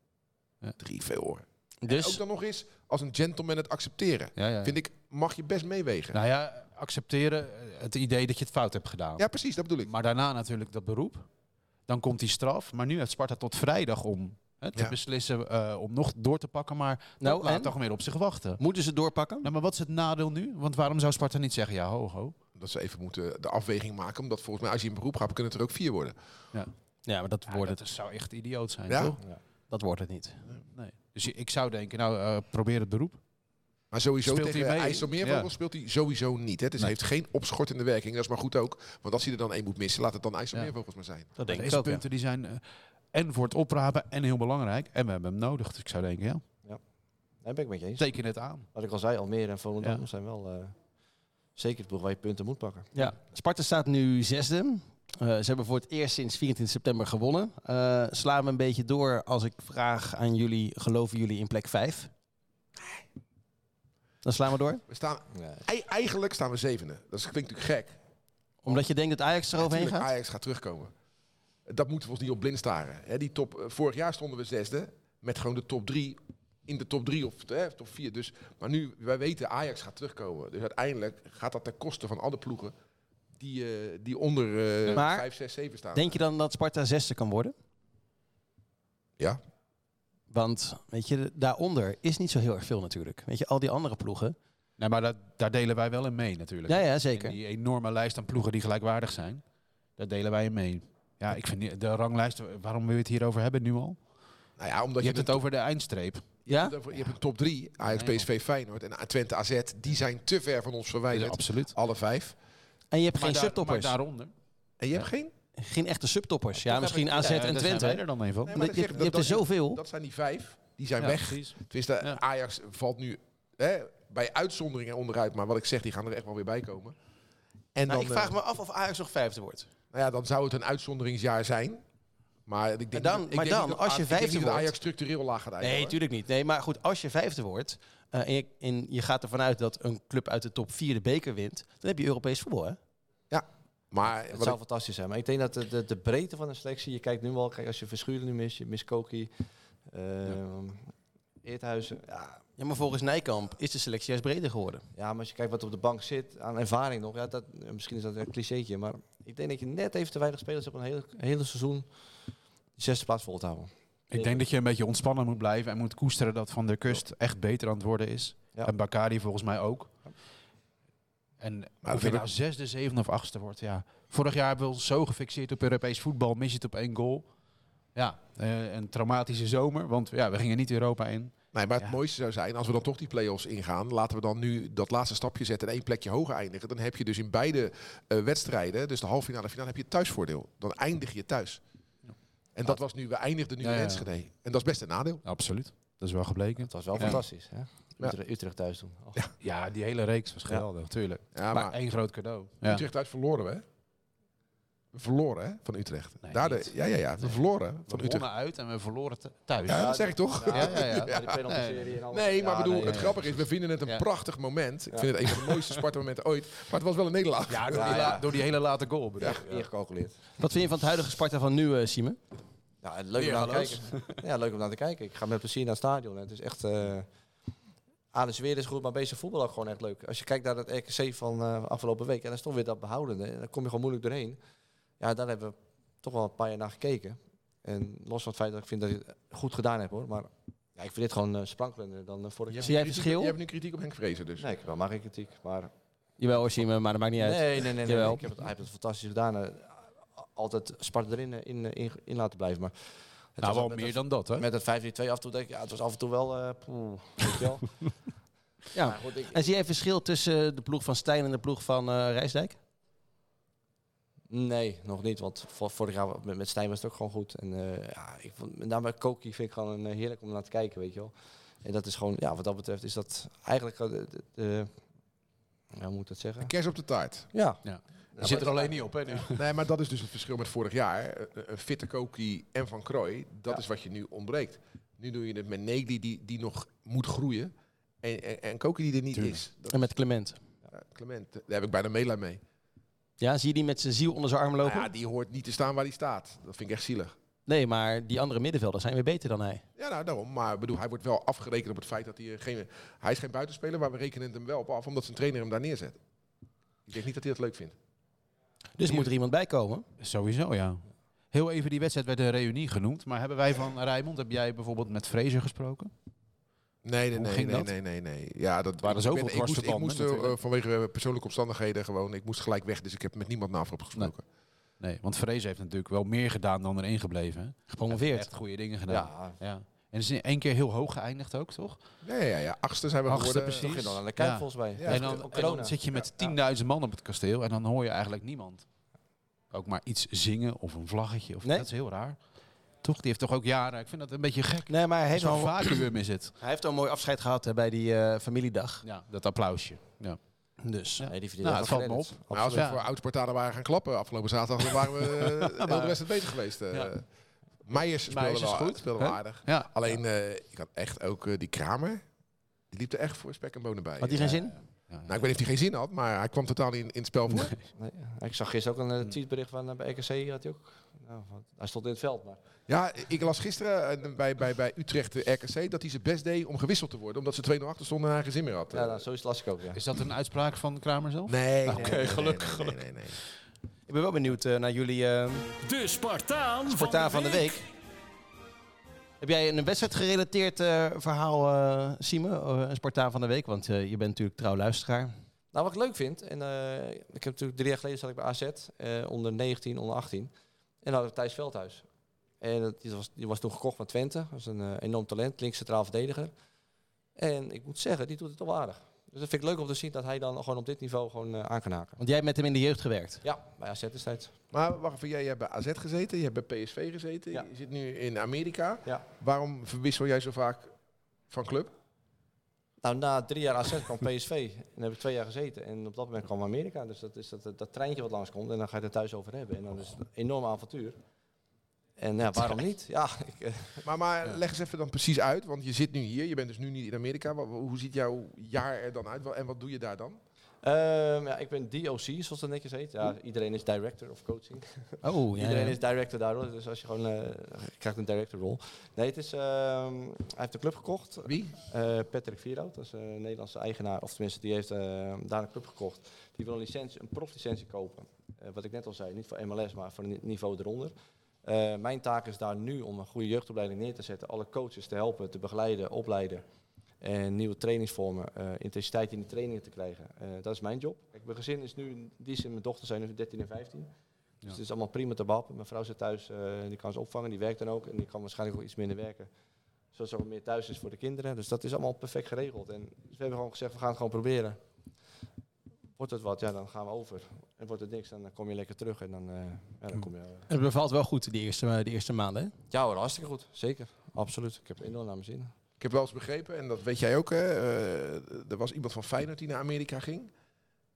Speaker 5: Ja.
Speaker 6: Drie veel hoor. Ook
Speaker 3: Dus
Speaker 6: dan nog eens als een gentleman het accepteren.
Speaker 5: Ja, ja.
Speaker 6: Vind ik, mag je best meewegen.
Speaker 5: Nou ja, accepteren eh, het idee dat je het fout hebt gedaan.
Speaker 6: Ja, precies, dat bedoel ik.
Speaker 5: Maar daarna natuurlijk dat beroep. Dan komt die straf. Maar nu heeft Sparta tot vrijdag om hè, te
Speaker 6: Ja.
Speaker 5: beslissen eh, om nog door te pakken. Maar
Speaker 3: Nou,
Speaker 5: dat laat
Speaker 3: en?
Speaker 5: toch meer op zich wachten.
Speaker 3: moeten ze doorpakken?
Speaker 5: Nou, maar wat is het nadeel nu? Want waarom zou Sparta niet zeggen, ja, ho, ho.
Speaker 6: Dat ze even moeten de afweging maken. Omdat volgens mij als je in beroep gaat, kunnen het er ook vier worden.
Speaker 3: Ja, maar dat,
Speaker 5: Ja,
Speaker 3: wordt,
Speaker 5: dat
Speaker 3: het,
Speaker 5: zou echt idioot zijn,
Speaker 6: Ja?
Speaker 5: toch?
Speaker 3: dat wordt het niet.
Speaker 5: Nee. Dus je- ik zou denken, nou, eh, probeer het beroep.
Speaker 6: Maar sowieso
Speaker 5: Speelt
Speaker 6: tegen
Speaker 5: hij mee?
Speaker 6: IJsselmeervogel
Speaker 5: Ja.
Speaker 6: speelt hij sowieso niet. Hè. Het is-
Speaker 5: Nee.
Speaker 6: heeft geen opschortende werking. Dat is maar goed ook. Want als hij er dan één moet missen, laat het dan IJsselmeervogels maar zijn.
Speaker 3: Dat denk
Speaker 5: Deze
Speaker 3: ik ook. ja.
Speaker 5: punten die zijn eh, en voor het oprapen en heel belangrijk. En we hebben hem nodig. Dus ik zou denken, ja,
Speaker 4: Daar ben ik met je eens.
Speaker 5: teken het aan.
Speaker 4: Wat ik al zei, Almere en Volendam
Speaker 5: Ja.
Speaker 4: zijn wel eh, zeker de ploeg waar je punten moet pakken.
Speaker 3: Ja, Sparta staat nu zesde. Eh, ze hebben voor het eerst sinds 24 september gewonnen. Eh, slaan we een beetje door als ik vraag aan jullie, geloven jullie in plek 5? Dan slaan we door.
Speaker 6: We staan,
Speaker 4: Ja.
Speaker 6: ei- eigenlijk staan we zevende. Dat is- klinkt natuurlijk gek.
Speaker 3: Omdat je denkt dat Ajax eroverheen
Speaker 6: Natuurlijk,
Speaker 3: gaat?
Speaker 6: Ajax gaat terugkomen. Dat moeten we ons niet op blind staren. Hè, die top, eh, vorig jaar stonden we zesde. Met gewoon de top drie. In de top drie of hè, top vier. Dus, maar nu, wij weten, Ajax gaat terugkomen. Dus uiteindelijk gaat dat ten koste van alle ploegen. Die, eh, die onder eh
Speaker 3: Maar-
Speaker 6: 5, 6, 7 staan.
Speaker 3: Denk je dan dat Sparta zesde kan worden?
Speaker 6: Ja.
Speaker 3: Want weet je, daaronder is niet zo heel erg veel natuurlijk. Weet je, al die andere ploegen.
Speaker 5: Nee, maar dat, daar delen wij wel in mee natuurlijk.
Speaker 3: Ja, ja,
Speaker 5: En
Speaker 3: zeker.
Speaker 5: die enorme lijst aan ploegen die gelijkwaardig zijn, daar delen wij in mee. Ja, ik vind die- de ranglijst, waarom wil je het hierover hebben nu al?
Speaker 6: Nou ja,
Speaker 5: Je
Speaker 6: omdat je,
Speaker 5: hebt het over de eindstreep.
Speaker 3: Ja?
Speaker 6: over- je hebt een top 3, Ajax,
Speaker 5: Nee,
Speaker 6: PSV, Feyenoord en Twente, AZ. Die zijn te ver van ons
Speaker 5: Ja,
Speaker 6: verwijderd.
Speaker 5: absoluut.
Speaker 6: Alle vijf.
Speaker 3: En je hebt
Speaker 5: Maar
Speaker 3: geen
Speaker 5: daar-
Speaker 3: subtoppers.
Speaker 5: Maar daaronder.
Speaker 6: En je hebt geen?
Speaker 3: Geen echte subtoppers. Ja,
Speaker 6: heb
Speaker 3: misschien
Speaker 6: ik-
Speaker 3: AZ en
Speaker 5: Ja, daar zijn wij
Speaker 3: Twente.
Speaker 5: er dan een van.
Speaker 6: Nee,
Speaker 3: Maar
Speaker 6: dat
Speaker 3: je,
Speaker 6: zeg-
Speaker 3: je
Speaker 6: dat-
Speaker 3: hebt er
Speaker 6: dat-
Speaker 3: zoveel.
Speaker 6: Dat zijn die vijf. Die zijn
Speaker 5: Ja,
Speaker 6: weg.
Speaker 5: precies.
Speaker 6: Tenminste,
Speaker 5: Ja.
Speaker 6: Ajax valt nu hè, bij uitzonderingen onderuit. Maar wat ik zeg, die gaan er echt wel weer bij komen. En dan, eh,
Speaker 3: Nou, me af of Ajax nog vijfde wordt.
Speaker 6: nou ja, dan zou het een uitzonderingsjaar zijn. Maar ik denk
Speaker 3: Maar dan-
Speaker 6: niet- ik
Speaker 3: maar
Speaker 6: denk
Speaker 3: dan,
Speaker 6: niet dat
Speaker 3: als
Speaker 6: A-
Speaker 3: je
Speaker 6: ik denk niet
Speaker 3: vijfde
Speaker 6: dat Ajax
Speaker 3: wordt-
Speaker 6: structureel laag gaat eindigen.
Speaker 3: Nee,
Speaker 6: hoor.
Speaker 3: natuurlijk niet. Nee, maar goed, als je vijfde wordt eh, en, je, en je gaat ervan uit dat een club uit de top vier de beker wint, dan heb je Europees voetbal, hè?
Speaker 6: Maar
Speaker 4: Het
Speaker 6: wat
Speaker 4: zou
Speaker 6: ik-
Speaker 4: fantastisch zijn. Maar ik denk dat de, de, de breedte van de selectie, je kijkt nu wel, kijk, als je Verschuren nu mist, je mist Koki, ehm, Eerthuizen. Ja,
Speaker 3: Ja, maar volgens Nijkamp is de selectie juist breder geworden.
Speaker 4: ja, maar als je kijkt wat op de bank zit, aan ervaring nog, ja, dat, eh, misschien is dat een clichétje, maar ik denk dat je net even te weinig spelers hebt om een hele, hele seizoen die zesde plaats vol te houden.
Speaker 5: Ik denk dat je een beetje ontspannen moet blijven en moet koesteren dat Van der Kust echt beter aan het worden is.
Speaker 4: Ja.
Speaker 5: En Bakari volgens mij ook. En of
Speaker 6: dat
Speaker 5: je
Speaker 6: heb
Speaker 5: nou zesde, zevende of achtste wordt, ja. Vorig jaar hebben we ons zo gefixeerd op Europees voetbal, mis je het op één goal. Ja, eh, een traumatische zomer, want ja, we gingen niet Europa in.
Speaker 6: nee, maar het
Speaker 5: Ja.
Speaker 6: mooiste zou zijn, als we dan toch die play-offs ingaan, laten we dan nu dat laatste stapje zetten en één plekje hoger eindigen. Dan heb je dus in beide eh, wedstrijden, dus de halve finale en finale, heb je het thuisvoordeel. Dan eindig je thuis. En dat was nu, we eindigden nu
Speaker 5: Ja,
Speaker 6: in
Speaker 5: ja.
Speaker 6: Enschede. En dat is best een nadeel.
Speaker 5: Absoluut, dat is wel gebleken.
Speaker 4: Het was wel
Speaker 5: Ja.
Speaker 4: fantastisch, hè? Utrecht, Utrecht thuis doen. Och,
Speaker 5: Ja, die hele reeks was geweldig, natuurlijk.
Speaker 6: Ja,
Speaker 5: maar,
Speaker 6: maar
Speaker 5: één groot cadeau. Ja.
Speaker 6: Utrecht uit verloren we. hè? We verloren hè, van Utrecht.
Speaker 5: Nee,
Speaker 6: Daar de-
Speaker 5: niet.
Speaker 6: ja, ja, ja. We verloren
Speaker 5: We
Speaker 6: van Utrecht.
Speaker 5: wonnen uit en we verloren th- thuis.
Speaker 6: Ja, dat zeg ik toch?
Speaker 5: Ja, ja, ja.
Speaker 4: maar die penalty-serie en alles.
Speaker 6: Nee, maar
Speaker 4: Ja,
Speaker 6: bedoel,
Speaker 4: nee,
Speaker 6: het
Speaker 4: ja.
Speaker 6: grappige is, we vinden het een
Speaker 5: Ja.
Speaker 6: prachtig moment. Ik vind het een van de mooiste Sparta-momenten ooit. Maar het was wel een nederlaag.
Speaker 5: Ja, door,
Speaker 4: Ja,
Speaker 5: die
Speaker 4: ja.
Speaker 5: la- door die hele late goal. bedoel ik.
Speaker 4: Ingecalculeerd.
Speaker 3: Wat vind je van het huidige Sparta van nu, eh Simon?
Speaker 4: Ja, en leuk om naar te kijken. Ja, leuk om naar te kijken. Ik ga met plezier naar het stadion. En Het is echt... eh aan de sfeer is goed, maar bezig voetbal ook gewoon echt leuk. Als je kijkt naar het RKC van eh, afgelopen week, en dat is toch weer dat behoudende. En daar kom je gewoon moeilijk doorheen. Ja, daar hebben we toch wel een paar jaar naar gekeken. En los van het feit dat ik vind dat ik het goed gedaan heb, hoor. Maar ja, ik vind dit gewoon eh sprankelender dan eh, vorig jaar.
Speaker 3: Zie jij het
Speaker 6: Je
Speaker 3: verschil?
Speaker 6: hebt nu kritiek op Henk Vrezen dus.
Speaker 4: Nee, ik heb wel maar geen kritiek. Maar
Speaker 3: Jawel, Simon, maar dat maakt niet uit.
Speaker 4: Nee, nee, nee. nee,
Speaker 3: Jawel.
Speaker 4: Ik heb het, hij heeft het fantastisch gedaan. eh, altijd Sparta erin eh, in, eh, in, in laten blijven. Maar het was
Speaker 5: Nou, wel
Speaker 4: met
Speaker 5: meer
Speaker 4: het-
Speaker 5: dan dat, hè?
Speaker 4: Met het 5-3-2 af en toe denk ik, ja, het was af en toe wel... eh poeh, weet je wel.
Speaker 3: Ja.
Speaker 4: Maar goed, ik,
Speaker 3: En zie jij verschil tussen eh, de ploeg van Stijn en de ploeg van eh Rijsdijk?
Speaker 4: nee, nog niet. Want vor- vorig jaar met, met Stijn was het ook gewoon goed. En eh, ja, ik vond, met name Koki vind ik gewoon een, eh, heerlijk om naar te kijken, weet je wel. En dat is gewoon, ja, wat dat betreft is dat eigenlijk... eh, de, de- de- ja, hoe moet ik dat zeggen?
Speaker 6: Kers op de taart. Nou,
Speaker 4: Ja.
Speaker 5: Je zit er alleen niet op, hè? nu.
Speaker 6: Nee, maar dat is dus het verschil met vorig jaar. Eh, Een fitte Koki en Van Krooi, dat is wat je nu ontbreekt. Nu doe je het met Negli, die, die nog moet groeien. En, en, en Koki die er niet is. Dat,
Speaker 3: En met Clement.
Speaker 6: ja, Clement, eh, daar heb ik bijna medelijden mee.
Speaker 3: Ja, zie je die met zijn ziel onder zijn arm
Speaker 6: Nou
Speaker 3: lopen?
Speaker 6: ja, die hoort niet te staan waar hij staat. Dat vind ik echt zielig.
Speaker 3: Nee, maar die andere middenvelders zijn weer beter dan hij.
Speaker 6: Ja, nou, daarom. Maar ik bedoel, hij wordt wel afgerekend op het feit dat hij eh, geen... Hij is geen buitenspeler, maar we rekenen het hem wel op af, omdat zijn trainer hem daar neerzet. Ik denk niet dat hij dat leuk vindt.
Speaker 3: Dus moet er iemand bij komen.
Speaker 5: Sowieso, ja. Heel even, die wedstrijd werd een reunie genoemd. Maar hebben wij van Rijmond, heb jij bijvoorbeeld met Fraser gesproken?
Speaker 6: Nee, nee,
Speaker 5: Hoe
Speaker 6: nee,
Speaker 5: ging
Speaker 6: nee,
Speaker 5: dat?
Speaker 6: nee, nee, nee. Ja, dat
Speaker 5: waren
Speaker 6: ik
Speaker 5: zoveel
Speaker 6: ben- Ik moest, ik
Speaker 5: dwarsverbanden
Speaker 6: moest eh,
Speaker 5: natuurlijk.
Speaker 6: eh, vanwege eh, persoonlijke omstandigheden gewoon, ik moest gelijk weg, dus ik heb met niemand na afloop gesproken.
Speaker 5: Nee, want Fraser heeft natuurlijk wel meer gedaan dan erin gebleven. hè?
Speaker 3: Gepromoveerd.
Speaker 5: Echt goede dingen gedaan. Ja.
Speaker 4: Ja,
Speaker 5: En is in één keer heel hoog geëindigd ook, toch?
Speaker 6: Ja, ja, ja. Achtste zijn we
Speaker 5: Achtste,
Speaker 6: geworden.
Speaker 5: precies.
Speaker 4: toch ging dan aan de kijk
Speaker 5: Ja.
Speaker 4: volgens mij.
Speaker 6: Ja,
Speaker 5: en, dan,
Speaker 4: Ook
Speaker 5: en
Speaker 4: corona.
Speaker 5: dan zit je met 10.000 man op het kasteel en dan hoor je eigenlijk niemand. Ook maar iets zingen of een vlaggetje. Of,
Speaker 3: Nee.
Speaker 5: Dat is heel raar. Toch? Die heeft toch ook jaren... Ik vind dat een beetje gek.
Speaker 3: Nee, maar hij heeft,
Speaker 5: Zo'n
Speaker 3: al,
Speaker 5: vacuüm is het.
Speaker 3: hij heeft al een mooi afscheid gehad hè, bij die eh, familiedag.
Speaker 5: Ja, dat applausje. Ja.
Speaker 3: Dus.
Speaker 4: Nee, die verdienen
Speaker 5: Nou, het
Speaker 4: wel
Speaker 5: valt me op.
Speaker 4: credits.
Speaker 6: Nou, als we
Speaker 5: Ja.
Speaker 6: voor oud-Spartanen waren gaan klappen afgelopen zaterdag, dan waren we eh, heel de wedstrijd bezig geweest. eh.
Speaker 5: Ja.
Speaker 6: Meijers speelde
Speaker 5: Meijers is
Speaker 6: wel,
Speaker 5: goed,
Speaker 6: speelde wel
Speaker 5: hè?
Speaker 6: aardig.
Speaker 5: Ja.
Speaker 6: Alleen, eh, ik had echt ook eh, die Kramer, die liep er echt voor spek en bonen bij.
Speaker 3: Had hij geen zin?
Speaker 6: Nou, ik weet niet of hij geen zin had, maar hij kwam totaal niet in, in het spel voor.
Speaker 4: Nee, ja. ik zag gisteren ook een
Speaker 3: Mm.
Speaker 4: eh, tweetbericht van eh, bij RKC. Had hij, ook, nou, wat- hij stond in het veld, maar
Speaker 6: Ja, ik las gisteren eh, bij, bij, bij Utrecht eh, RKC dat hij zijn best deed om gewisseld te worden. Omdat ze 2-0 achter stonden en hij geen zin meer had.
Speaker 4: ja, nou, zo is Ah, het lastig ook. Ja.
Speaker 5: Is dat een uitspraak van Kramer zelf?
Speaker 6: Nee, nee,
Speaker 5: Oké,
Speaker 6: nee,
Speaker 5: gelukkig,
Speaker 6: Nee, nee, nee, nee, nee.
Speaker 3: Ik ben wel benieuwd eh, naar jullie eh
Speaker 2: De Spartaan,
Speaker 3: Spartaan van de week. Heb jij een wedstrijd gerelateerd eh, verhaal, eh Simon? Eh, een Spartaan van de week? Want eh, je bent natuurlijk trouw luisteraar.
Speaker 4: Nou, wat ik leek vind, en eh, ik heb natuurlijk drie jaar geleden zat ik bij AZ, eh, onder 19, onder 18. En dan hadden we Thijs Veldhuis. En dat- die, was, die was toen gekocht van Twente. Dat is een eh, enorm talent, links centraal verdediger. En ik moet zeggen, die doet het toch wel aardig. Dus dat vind ik leuk om te zien dat hij dan gewoon op dit niveau gewoon eh, aan kan haken.
Speaker 3: Want jij hebt met hem in de jeugd gewerkt.
Speaker 4: Ja, bij AZ destijds.
Speaker 6: Maar wacht even, jij hebt bij AZ gezeten, je hebt bij PSV gezeten,
Speaker 4: Ja.
Speaker 6: je zit nu in Amerika.
Speaker 4: Ja.
Speaker 6: Waarom verwissel jij zo vaak van club?
Speaker 4: Nou, na drie jaar AZ kwam PSV. En daar heb ik twee jaar gezeten. En op dat moment kwam Amerika. Dus dat is dat, dat, treintje wat langskomt. En dan ga je het er thuis over hebben. En dan is het een enorm avontuur. En ja, waarom niet? Ja, ik, eh,
Speaker 6: Maar, maar leg eens even dan precies uit, want je zit nu hier, je bent dus nu niet in Amerika. Wa- wa- Hoe ziet jouw jaar er dan uit Wa- en wat doe je daar dan?
Speaker 4: ehm, ja, ik ben DOC, zoals dat netjes heet. Ja, iedereen is director of coaching.
Speaker 3: Oh,
Speaker 4: Iedereen is director daar, hoor. dus als je gewoon eh, je krijgt een director rol. Nee, het is, ehm, hij heeft de club gekocht.
Speaker 6: Wie?
Speaker 4: Eh, Patrick Vierhout, dat is eh, een Nederlandse eigenaar, of tenminste, die heeft eh, daar een club gekocht. Die wil een, licentie, een proflicentie kopen. Eh, wat ik net al zei, niet voor MLS, maar voor een ni- niveau eronder. Eh, mijn taak is daar nu om een goede jeugdopleiding neer te zetten, alle coaches te helpen, te begeleiden, opleiden. En nieuwe trainingsvormen, eh, intensiteit in de trainingen te krijgen. Eh, dat is mijn job. Kijk, mijn gezin is nu, in die zin, mijn dochter zijn nu 13 en 15. Dus het is allemaal prima te bappen. Mijn vrouw zit thuis, eh, die kan ze opvangen, die werkt dan ook. En die kan waarschijnlijk ook iets minder werken. Zodat ze ook meer thuis is voor de kinderen. Dus dat is allemaal perfect geregeld. En dus we hebben gewoon gezegd, we gaan het gewoon proberen. Wordt het wat, ja, dan gaan we over. En wordt het niks, dan eh, kom je lekker terug. En dan, eh, ja, dan kom je... eh,
Speaker 3: Het bevalt wel goed die eerste, die eerste maanden. hè?
Speaker 4: Ja hoor, hartstikke goed. Zeker, absoluut. Ik heb enorm naar mijn zin.
Speaker 6: Ik heb wel eens begrepen, en dat weet jij ook, hè, eh, er was iemand van Feyenoord die naar Amerika ging.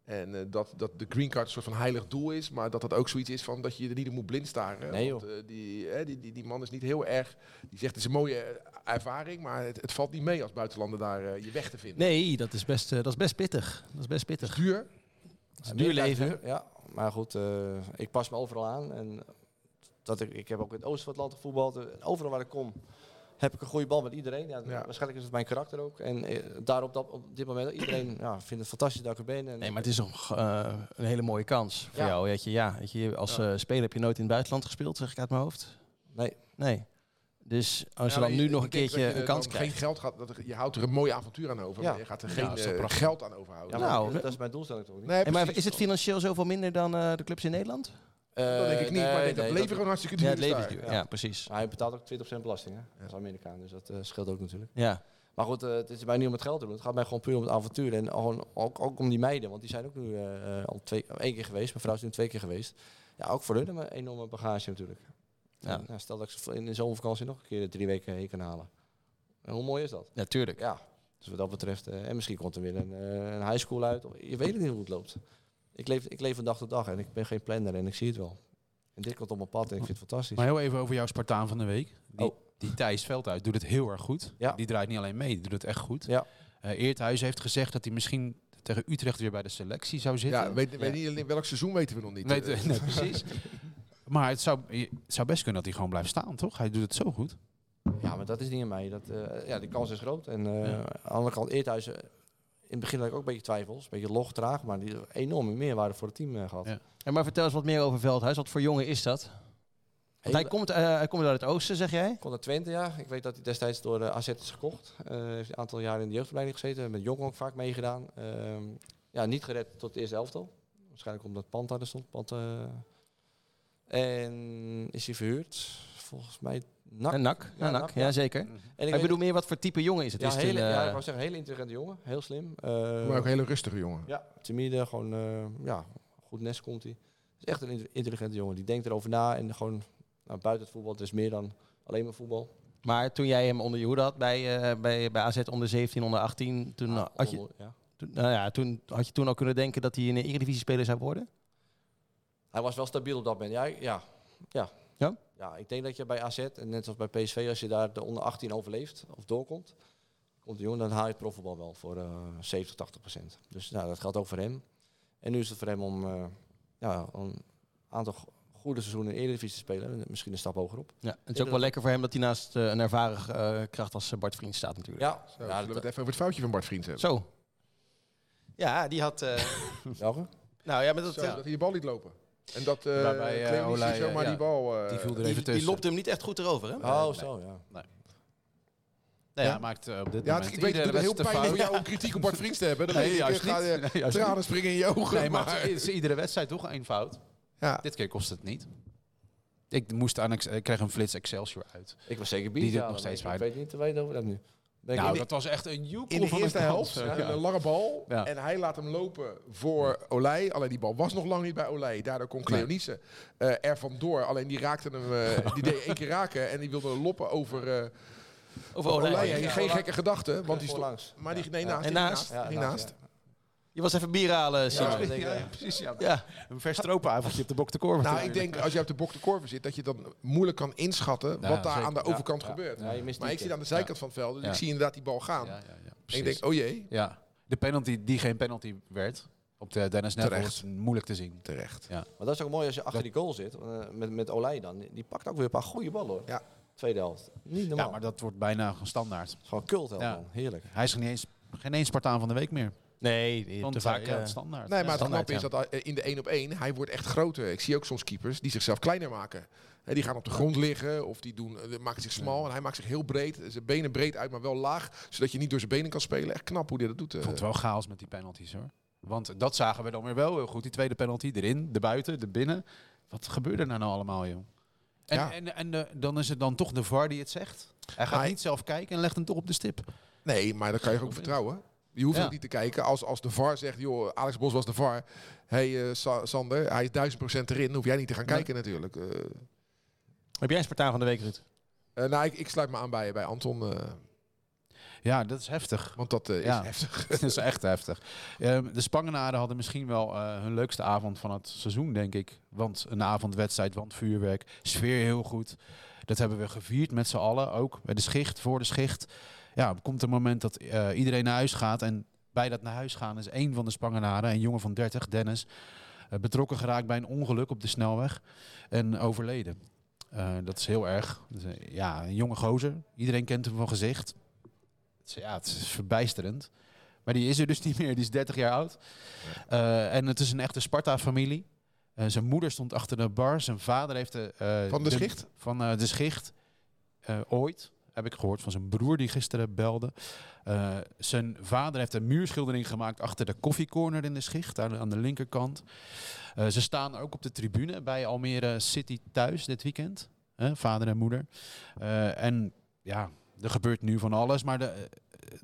Speaker 6: En eh, dat, dat de green card een soort van heilig doel is, maar dat dat ook zoiets is van dat je er niet op moet blind staren.
Speaker 4: Nee,
Speaker 6: Want, eh, die, hè, die, die, die man is niet heel erg, die zegt het is een mooie eh, ervaring, maar het, het valt niet mee als buitenlander daar eh, je weg te vinden.
Speaker 3: Nee, dat is, best, eh, dat is best pittig. Dat is best pittig.
Speaker 6: Duur,
Speaker 3: Het is een duur leven.
Speaker 4: Ja, maar goed, eh, ik pas me overal aan. En dat ik, ik heb ook in het oosten van het land gevoetbald. Eh, Overal waar ik kom heb ik een goede bal met iedereen. Ja,
Speaker 6: Ja.
Speaker 4: Waarschijnlijk is het mijn karakter ook. En eh, daar op, dat, op dit moment, iedereen ja, vindt het fantastisch dat ik er ben. En
Speaker 3: Nee, maar het is toch eh, een hele mooie kans voor
Speaker 4: Ja.
Speaker 3: jou. Weet je, ja, weet je, als eh, speler heb je nooit in het buitenland gespeeld, zeg ik uit mijn hoofd.
Speaker 4: Nee.
Speaker 3: Nee. Dus als
Speaker 6: Ja,
Speaker 3: je
Speaker 6: maar
Speaker 3: dan nu
Speaker 6: Nou, ik
Speaker 3: nog een
Speaker 6: denk dat
Speaker 3: keertje
Speaker 6: je
Speaker 3: een
Speaker 6: er
Speaker 3: kans
Speaker 6: dan
Speaker 3: krijgt.
Speaker 6: Geen geld gaat, dat er- je houdt er een mooi avontuur aan over,
Speaker 4: Ja.
Speaker 6: maar je gaat er
Speaker 5: Ja,
Speaker 6: geen
Speaker 5: dat is toch
Speaker 6: eh,
Speaker 5: prachtig.
Speaker 6: geld aan
Speaker 4: ja,
Speaker 6: overhouden.
Speaker 4: maar
Speaker 3: Nou,
Speaker 4: dat- dat is mijn doelstelling toch niet?
Speaker 6: Nee,
Speaker 3: Hey, maar
Speaker 6: precies.
Speaker 3: is het financieel zoveel minder dan eh, de clubs in Nederland?
Speaker 4: Eh,
Speaker 6: Dat denk ik niet, maar ik
Speaker 4: nee,
Speaker 6: denk dat
Speaker 4: nee,
Speaker 6: het leven gewoon hartstikke duur
Speaker 3: ja, het
Speaker 6: is
Speaker 3: leven is
Speaker 6: daar.
Speaker 3: duur. Ja, precies.
Speaker 4: Maar hij betaalt ook 20% belasting, hè? Als Amerikaan, dus dat eh, scheelt ook natuurlijk.
Speaker 3: Ja.
Speaker 4: Maar goed, eh, het is mij niet om het geld te doen. Het gaat mij gewoon puur om het avontuur. En gewoon, ook, ook om die meiden, want die zijn ook nu eh, eh, al twee, één keer geweest. Mijn vrouw is nu twee keer geweest. Ja, ook voor hun een enorme bagage natuurlijk.
Speaker 3: Ja.
Speaker 4: En, nou, stel dat ik ze in de zomervakantie nog een keer drie weken heen kan halen. En hoe mooi is dat?
Speaker 3: Natuurlijk.
Speaker 4: Ja, dus wat dat betreft. eh, en misschien komt er weer een, eh, een high school uit. Of- Je weet het niet hoe het loopt. Ik leef, ik leef van dag tot dag en ik ben geen planner en ik zie het wel. En dit komt op mijn pad en ik vind het fantastisch.
Speaker 5: Maar heel even over jouw Spartaan van de week. Die,
Speaker 4: Oh.
Speaker 5: die Thijs Veldhuis doet het heel erg goed.
Speaker 4: Ja.
Speaker 5: Die draait niet alleen mee, die doet het echt goed.
Speaker 4: Ja.
Speaker 5: Eh, Eerthuis heeft gezegd dat hij misschien tegen Utrecht weer bij de selectie zou zitten.
Speaker 6: Ja, weet, weet niet in welk seizoen weten we nog niet.
Speaker 5: Weet-
Speaker 6: Eh,
Speaker 5: nee, precies. Maar het zou, je- het zou best kunnen dat hij gewoon blijft staan, toch? Hij doet het zo goed.
Speaker 4: Ja, maar dat is niet aan mij. Dat, eh, ja, de kans is groot. En eh, aan de andere kant, Eerthuis, eh, in het begin had ik ook een beetje twijfels. Een beetje log, traag, maar die enorme meerwaarde voor het team eh, gehad.
Speaker 5: Ja.
Speaker 3: En maar vertel eens wat meer over Veldhuis. Wat voor jongen is dat? Want hij
Speaker 4: Hele-
Speaker 3: komt, eh, hij komt uit het oosten, zeg jij?
Speaker 4: Kon naar Twente, ja. Ik weet dat hij destijds door eh, AZ is gekocht. Eh, heeft een aantal jaren in de jeugdopleiding gezeten. Met Jong ook vaak meegedaan. Ehm, ja, niet gered tot het eerste elftal. Waarschijnlijk omdat Pant daar stond. Pant, eh. en is hij verhuurd? Volgens mij NAC.
Speaker 3: En Nak.
Speaker 4: Ja,
Speaker 3: Ja,
Speaker 4: Nak,
Speaker 3: Nak.
Speaker 4: ja.
Speaker 3: Ja, zeker.
Speaker 4: En ik
Speaker 3: Ik
Speaker 4: weet-
Speaker 3: bedoel meer wat voor type jongen is het?
Speaker 4: ja,
Speaker 3: is het
Speaker 4: hele,
Speaker 3: een,
Speaker 4: ja,
Speaker 3: eh,
Speaker 4: ik wou zeggen, hele intelligente jongen. Heel slim. Eh,
Speaker 6: Maar ook een hele rustige jongen.
Speaker 4: Ja, timide, gewoon eh, ja, goed nest komt hij. Het is echt een inte- intelligente jongen. Die denkt erover na en gewoon nou, buiten het voetbal. Het is meer dan alleen maar voetbal.
Speaker 3: Maar toen jij hem onder je hoede had bij, eh bij, bij AZ onder 17, onder 18, toen,
Speaker 4: Ah,
Speaker 3: had Nou, je,
Speaker 4: onder- ja.
Speaker 3: toen, nou ja, toen had je toen al kunnen denken dat hij een Eredivisie-speler zou worden?
Speaker 4: Hij was wel stabiel op dat moment. Ja, ik- ja, ja.
Speaker 3: Ja?
Speaker 4: Ja, ik denk dat je bij AZ, en net als bij PSV, als je daar de onder 18 overleeft of doorkomt, komt de jongen, dan haal je het profvoetbal wel voor eh 70, 80 procent. Dus nou, dat geldt ook voor hem. En nu is het voor hem om eh, ja, een aantal go- goede seizoenen in de Eredivisie te spelen. en Misschien een stap hoger op.
Speaker 3: Ja, het
Speaker 4: denk
Speaker 3: is ook
Speaker 4: dat-
Speaker 3: wel lekker voor hem dat hij naast eh, een ervaren eh, kracht als eh, Bart Vriend staat natuurlijk.
Speaker 4: Ja,
Speaker 6: Zo,
Speaker 4: ja
Speaker 6: zullen we het even over het foutje van Bart Vriend hebben?
Speaker 3: Zo. Ja, die had... eh,
Speaker 4: welke?
Speaker 3: nou ja, maar dat,
Speaker 6: Zo,
Speaker 3: ja.
Speaker 6: dat hij de bal niet lopen. En dat eh
Speaker 5: Waarbij, eh,
Speaker 6: Clemens
Speaker 5: Olij,
Speaker 6: zomaar
Speaker 5: eh,
Speaker 6: die
Speaker 5: ja,
Speaker 6: bal... eh,
Speaker 5: die viel er even
Speaker 3: Die,
Speaker 5: tussen.
Speaker 3: die lopte hem niet echt goed erover, hè? Nou
Speaker 4: Oh, zo ja.
Speaker 5: Nee,
Speaker 3: Ja.
Speaker 5: hij maakt eh, op dit
Speaker 6: Nou ja, het-
Speaker 5: moment
Speaker 6: ik weet het doet
Speaker 5: iedere
Speaker 6: het heel
Speaker 5: wedstrijd
Speaker 6: pijnlijk voor
Speaker 5: fout.
Speaker 6: jou om kritiek op Bart Vriend te hebben. Dan
Speaker 5: Nee,
Speaker 6: weet ik,
Speaker 5: juist
Speaker 6: eh, ga
Speaker 5: niet.
Speaker 6: je
Speaker 5: Nee, juist
Speaker 6: tranen springen in je ogen.
Speaker 5: Nee, maar
Speaker 6: maar-
Speaker 5: het is iedere wedstrijd toch één fout.
Speaker 6: Ja.
Speaker 5: Dit keer kost het niet. Ik, moest aan, Ex- ik kreeg een flits Excelsior uit.
Speaker 4: Ik was zeker
Speaker 5: Die
Speaker 4: bier.
Speaker 5: doet nog steeds
Speaker 4: Ik
Speaker 5: pijn.
Speaker 4: weet niet te weten over dat nu. Ben ik
Speaker 5: Nou,
Speaker 4: in-
Speaker 5: dat was echt een joekel
Speaker 6: in de
Speaker 5: van
Speaker 6: eerste
Speaker 5: een
Speaker 6: helft
Speaker 5: kans.
Speaker 6: een
Speaker 5: Ja.
Speaker 6: lange bal.
Speaker 5: Ja.
Speaker 6: En hij laat hem lopen voor Olij. Alleen die bal was nog lang niet bij Olij. Daardoor kon Cleonice eh er vandoor. Alleen die raakte hem, eh, die deed één keer raken. En die wilde loppen over eh
Speaker 3: Over
Speaker 6: Olij.
Speaker 3: Olij.
Speaker 6: heen. Geen gekke gedachten. Want die
Speaker 4: Voorlangs. nou-
Speaker 6: stond... Maar die, nee, naast.
Speaker 3: En
Speaker 6: die
Speaker 3: naast.
Speaker 6: die
Speaker 4: Ja,
Speaker 6: naast.
Speaker 4: ja.
Speaker 3: Je was even bier halen, Simon. Ja.
Speaker 5: Ja, ja, precies. Ja.
Speaker 3: Ja.
Speaker 5: Een vers stroopavondje op de bok te korven.
Speaker 6: Nou, ik denk als je op de bok de korven zit, dat je dan moeilijk kan inschatten
Speaker 5: Ja,
Speaker 6: wat daar
Speaker 5: zeker.
Speaker 6: aan de
Speaker 5: Ja,
Speaker 6: overkant
Speaker 5: ja.
Speaker 6: gebeurt.
Speaker 4: Ja, je mist
Speaker 6: maar
Speaker 4: die
Speaker 6: ik zit
Speaker 4: keer.
Speaker 6: aan de zijkant van het veld, dus
Speaker 5: Ja.
Speaker 6: ik zie inderdaad die bal gaan.
Speaker 5: ja, ja,
Speaker 6: en ik
Speaker 5: precies.
Speaker 6: denk, oh jee,
Speaker 5: Ja, de penalty die geen penalty werd op de Dennis Neville
Speaker 6: Terecht.
Speaker 5: is moeilijk te zien.
Speaker 6: terecht.
Speaker 4: Maar dat is ook mooi als je achter die goal zit. eh, met, met Olij dan. Die- Die pakt ook weer een paar goede ballen hoor.
Speaker 6: Ja.
Speaker 4: Tweede helft. Niet normaal.
Speaker 5: Ja, maar dat wordt bijna gewoon standaard.
Speaker 4: Gewoon kult
Speaker 5: Ja.
Speaker 4: man. Heerlijk.
Speaker 5: Hij is geen eens, geen eens Spartaan van de week meer.
Speaker 3: Nee, die-
Speaker 5: Want
Speaker 3: te vaak.
Speaker 5: hij- ja,
Speaker 3: eh,
Speaker 5: standaard.
Speaker 6: Nee,
Speaker 5: Ja.
Speaker 6: maar het
Speaker 3: standaard,
Speaker 6: knappe is
Speaker 3: ja.
Speaker 6: dat eh, in de 1 op 1, hij wordt echt groter. Ik zie ook soms keepers die zichzelf kleiner maken. Hè, die gaan op de grond liggen of die doen, eh, maken zich smal en hij maakt zich heel breed. eh, Zijn benen breed uit, maar wel laag, zodat je niet door zijn benen kan spelen. Echt knap hoe hij dat doet. eh.
Speaker 5: Ik vond het wel chaos met die penalties hoor. Want dat zagen we dan weer wel heel goed. Die tweede penalty erin, de buiten, de binnen. Wat gebeurde daar nou allemaal, joh? En,
Speaker 6: Ja.
Speaker 5: en, en eh, dan is het dan toch de VAR die het zegt. Hij gaat
Speaker 6: Maar-
Speaker 5: niet zelf kijken en legt hem toch op de stip.
Speaker 6: Nee, maar dan kan je ook vertrouwen. Je hoeft
Speaker 5: Ja.
Speaker 6: ook niet te kijken. Als, als de VAR zegt, joh, Alex Bos was de VAR. hey, eh, Sa- Sander, hij is duizend procent erin. Dan hoef jij niet te gaan
Speaker 5: Nee.
Speaker 6: kijken natuurlijk. Eh,
Speaker 3: Heb jij een Spartaan van de week, Ruud?
Speaker 6: eh, nou, ik, ik sluit me aan bij, bij Anton, eh,
Speaker 5: Ja, dat is heftig.
Speaker 6: want dat eh,
Speaker 5: Ja.
Speaker 6: is heftig.
Speaker 5: dat is echt heftig. Ehm, de Spangenaren hadden misschien wel eh, hun leukste avond van het seizoen, denk ik. Want een avondwedstrijd, want vuurwerk, sfeer heel goed. Dat hebben we gevierd met z'n allen, ook bij de schicht, voor de schicht. Ja, er komt een moment dat eh, iedereen naar huis gaat. En bij dat naar huis gaan is één van de Spangenaren, een jongen van 30, Dennis, eh, betrokken geraakt bij een ongeluk op de snelweg en overleden. Eh, dat is heel erg. Dus, eh, ja, een jonge gozer. Iedereen kent hem van gezicht. Het is- Ja, het is verbijsterend. Maar die is er dus niet meer. Die is 30 jaar oud. Eh, en het is een echte Sparta-familie. Eh, zijn moeder stond achter de bar. Zijn vader heeft de... eh,
Speaker 6: Van de schicht?
Speaker 5: Van eh, de schicht. Eh, ooit, heb ik gehoord van zijn broer die gisteren belde. Eh, zijn vader heeft een muurschildering gemaakt achter de koffiecorner in de schicht. Aan, aan de linkerkant. Eh, ze staan ook op de tribune bij Almere City thuis dit weekend. Hè, vader en moeder. Eh, en ja, er gebeurt nu van alles. Maar de, eh,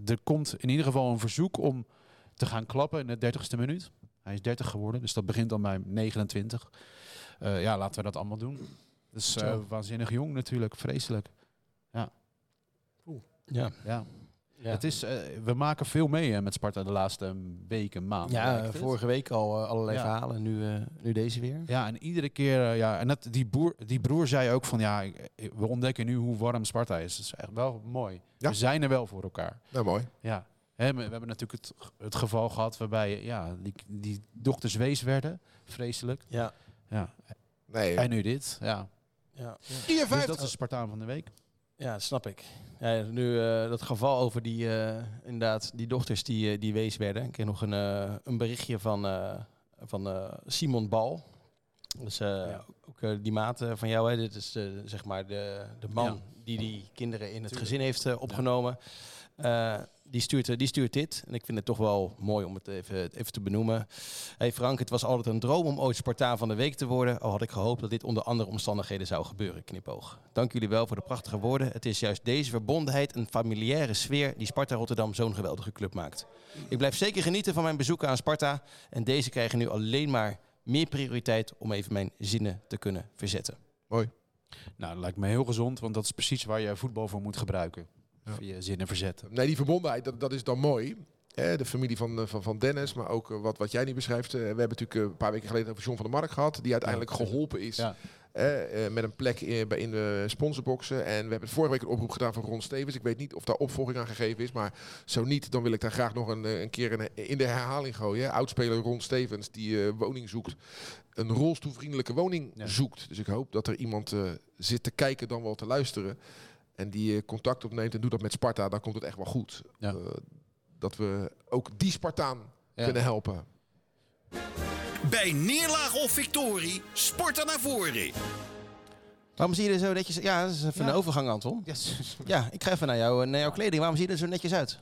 Speaker 5: er komt in ieder geval een verzoek om te gaan klappen in de 30ste minuut. Hij is 30 geworden, dus dat begint dan bij 29. Eh, ja, laten we dat allemaal doen. Dat is eh,
Speaker 3: Zo.
Speaker 5: waanzinnig jong natuurlijk, vreselijk.
Speaker 3: Ja.
Speaker 5: Ja.
Speaker 3: Ja,
Speaker 5: Het is, eh, we maken veel mee hè, met Sparta de laatste weken, maanden.
Speaker 3: ja
Speaker 5: lijkt
Speaker 3: eh,
Speaker 5: het.
Speaker 3: vorige week al eh, allerlei
Speaker 5: Ja.
Speaker 3: verhalen. Nu, eh, nu deze weer.
Speaker 5: Ja, en iedere keer, eh, ja, en dat, die, boer, die broer zei ook van, ja, ik- ik- we ontdekken nu hoe warm Sparta is. Dat is echt wel mooi.
Speaker 6: Ja.
Speaker 5: We zijn er wel voor elkaar.
Speaker 6: Nou, mooi.
Speaker 5: Ja. Hè, maar we hebben natuurlijk het, g- het geval gehad waarbij ja, die, die dochters wees werden. Vreselijk.
Speaker 3: Ja.
Speaker 5: Ja.
Speaker 6: Nee,
Speaker 5: En nu dit. Ja.
Speaker 3: Ja,
Speaker 5: Dus dat is de Spartaan van de week.
Speaker 3: ja dat snap ik. Ja, nu eh, dat geval over die, eh, inderdaad, die dochters die, eh, die wees werden. Ik kreeg nog een, eh, een berichtje van, eh, van eh, Simon Bal. Dus eh,
Speaker 5: Ja.
Speaker 3: ook eh, die maat eh, van jou, hè, dit is de, zeg maar de, de man die die kinderen in het gezin heeft eh, opgenomen. Eh, die, stuurt, eh, die stuurt dit. En ik vind het toch wel mooi om het even, het even te benoemen. Hey Frank, het was altijd een droom om ooit Spartaan van de Week te worden. Al had ik gehoopt dat dit onder andere omstandigheden zou gebeuren, knipoog. Dank jullie wel voor de prachtige woorden. Het is juist deze verbondenheid en familiaire sfeer die Sparta Rotterdam zo'n geweldige club maakt. Ik blijf zeker genieten van mijn bezoeken aan Sparta. En deze krijgen nu alleen maar meer prioriteit om even mijn zinnen te kunnen verzetten.
Speaker 5: Nou, dat lijkt me heel gezond, want dat is precies waar je voetbal voor moet gebruiken.
Speaker 6: Ja.
Speaker 5: Via zinnen verzetten.
Speaker 6: Nee, die verbondenheid, dat, dat is dan mooi. Hè, de familie van, eh, van, van Dennis, maar ook eh, wat, wat jij nu beschrijft. eh, we hebben natuurlijk eh, een paar weken geleden over John van der Mark gehad. Die uiteindelijk geholpen is
Speaker 5: Ja.
Speaker 6: eh, eh, met een plek in, bij- in de sponsorboxen. En we hebben vorige week een oproep gedaan van Ron Stevens. Ik weet niet of daar opvolging aan gegeven is. Maar zo niet, dan wil ik daar graag nog een, eh, een keer een, in de herhaling gooien. hè. Oudspeler Ron Stevens, die eh, woning zoekt. Een rolstoelvriendelijke woning
Speaker 5: Ja.
Speaker 6: zoekt. Dus ik hoop dat er iemand eh, zit te kijken dan wel te luisteren en die eh, contact opneemt en doet dat met Sparta, dan komt het echt wel goed.
Speaker 5: Ja.
Speaker 6: Eh, dat we ook die Spartaan
Speaker 5: Ja.
Speaker 6: kunnen helpen.
Speaker 2: Bij neerlaag of victorie, Sparta naar voren.
Speaker 3: Waarom zie je er zo netjes uit? Ja, dat is even
Speaker 5: Ja.
Speaker 3: een overgang, Anton.
Speaker 5: Yes.
Speaker 3: Ja, ik ga even naar, jou, eh, naar jouw kleding. Waarom zie je er zo netjes uit?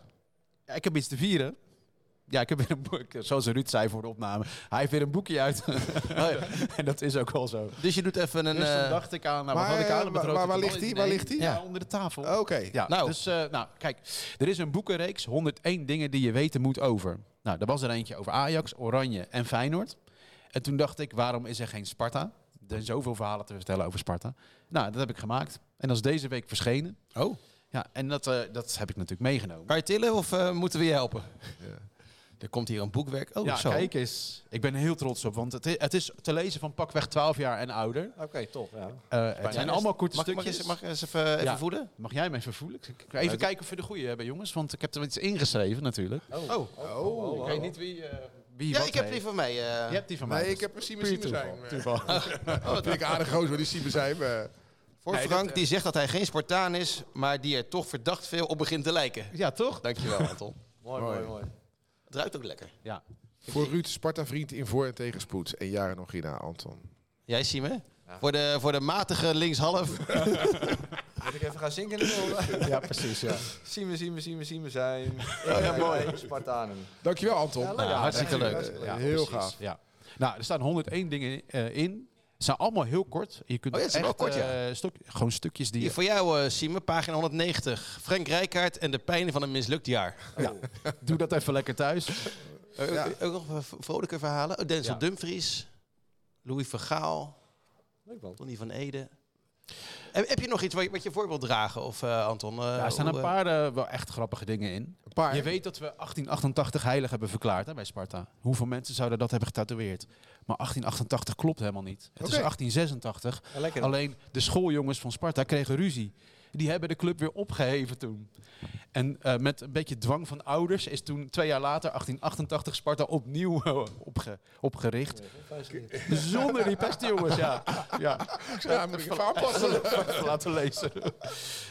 Speaker 5: Ja, ik heb iets te vieren. Ja, ik heb weer een boek, zoals Ruud zei voor de opname. Hij heeft weer een boekje uit. Oh en dat is ook wel zo.
Speaker 3: Dus je doet even een...
Speaker 5: dus dan
Speaker 3: eh,
Speaker 5: dacht ik aan, nou,
Speaker 6: maar,
Speaker 5: wat had ik
Speaker 6: eh,
Speaker 5: aan? Met
Speaker 6: waar-
Speaker 5: rood
Speaker 6: waar- waar
Speaker 5: op de
Speaker 6: ligt
Speaker 5: bal?
Speaker 6: die? Waar
Speaker 5: Nee,
Speaker 6: ligt die?
Speaker 5: Ja, onder de tafel.
Speaker 6: Oké.
Speaker 5: Ja,
Speaker 3: Nou.
Speaker 5: Dus, eh, nou, kijk, er is een boekenreeks 101 dingen die je weten moet over. Nou, er was er eentje over Ajax, Oranje en Feyenoord. En toen dacht ik, waarom is er geen Sparta? Er zijn zoveel verhalen te vertellen over Sparta. Nou, dat heb ik gemaakt. En dat is deze week verschenen.
Speaker 3: Oh,
Speaker 5: Ja, en dat, eh, dat heb ik natuurlijk meegenomen.
Speaker 3: kan je tillen of eh, moeten we je helpen? Er komt hier een boekwerk. Oh,
Speaker 5: ja,
Speaker 3: zo.
Speaker 5: kijk eens. Ik ben er heel trots op, want het i- het is te lezen van pakweg 12 jaar en ouder.
Speaker 4: Oké, top. Ja.
Speaker 5: Eh, het zijn allemaal korte
Speaker 3: mag, mag
Speaker 5: stukjes.
Speaker 3: eens- Mag, ik eens even, even
Speaker 5: Ja.
Speaker 3: voeden?
Speaker 5: Mag jij me even voelen? Ik- ik- Even kijken of we de goede hebben, jongens. Want ik heb er iets ingeschreven, natuurlijk.
Speaker 3: Oh,
Speaker 5: Ik weet niet wie, eh, wie
Speaker 3: ja,
Speaker 5: wat
Speaker 3: ik heb die
Speaker 5: heeft.
Speaker 3: van mij. eh.
Speaker 5: Je hebt die van mij.
Speaker 6: Nee, ik
Speaker 5: dus.
Speaker 6: heb een Siemen Siemen zijn. eh.
Speaker 5: Toeval.
Speaker 6: Dat vind ik een aardig gozer, die Siemen zijn. eh.
Speaker 3: Voor
Speaker 5: Nee,
Speaker 3: Frank,
Speaker 5: dat, eh,
Speaker 3: die zegt dat hij geen Spartaan is, maar die er toch verdacht veel op begint te lijken.
Speaker 5: Ja, toch?
Speaker 3: Dankjewel, Anton.
Speaker 4: Mooi, mooi, mooi.
Speaker 3: Het ruikt ook lekker.
Speaker 5: Ja.
Speaker 6: Voor Ruud, Sparta-vriend in voor- en tegenspoed. En jaren nog hierna, Anton.
Speaker 3: Jij, Simon? Voor, de, voor de matige linkshalf.
Speaker 4: Moet ik even gaan zinken? ja, precies. Ja. Zien we, zien we, zien we, zien we zijn. Ja, mooi. Spartanen.
Speaker 6: Dankjewel, Anton.
Speaker 5: Nou, hartstikke leuk.
Speaker 6: Eh, heel gaaf.
Speaker 5: Ja. Nou, er staan 101 dingen eh, in. Ze zijn allemaal heel kort. Je kunt
Speaker 3: Oh ja, ze zijn wel
Speaker 5: echt,
Speaker 3: kort,
Speaker 5: eh, stuk- gewoon stukjes die...
Speaker 3: Hier voor jou, eh Simon, pagina 190. Frank Rijkaard en de pijn van een mislukt jaar.
Speaker 5: Ja. Doe dat even lekker thuis.
Speaker 3: Eh, eh, Ook nog eh, v- vrolijke verhalen. Oh, Denzel
Speaker 5: Ja.
Speaker 3: Dumfries, Louis Vergaal,
Speaker 4: Leuk man.
Speaker 3: Donny van Ede. Heb, heb je nog iets wat je, wat je voor wilt dragen, of, eh, Anton? Eh,
Speaker 5: Ja, er staan
Speaker 3: hoe,
Speaker 5: een
Speaker 3: eh,
Speaker 5: paar eh, wel echt grappige dingen in.
Speaker 6: Een paar.
Speaker 5: Je weet dat we 1888 heilig hebben verklaard hè, bij Sparta. Hoeveel mensen zouden dat hebben getatoeëerd? Maar 1888 klopt helemaal niet. Het
Speaker 6: Oké.
Speaker 5: is 1886.
Speaker 4: Ja, lekker.
Speaker 5: Alleen de schooljongens van Sparta kregen ruzie. Die hebben de club weer opgeheven toen. En eh, met een beetje dwang van ouders is toen twee jaar later, 1888, Sparta opnieuw eh, opge- opgericht. Zonder die beste jongens, ja. ja.
Speaker 6: Ja, moet ik even aanpassen.
Speaker 5: Laten lezen.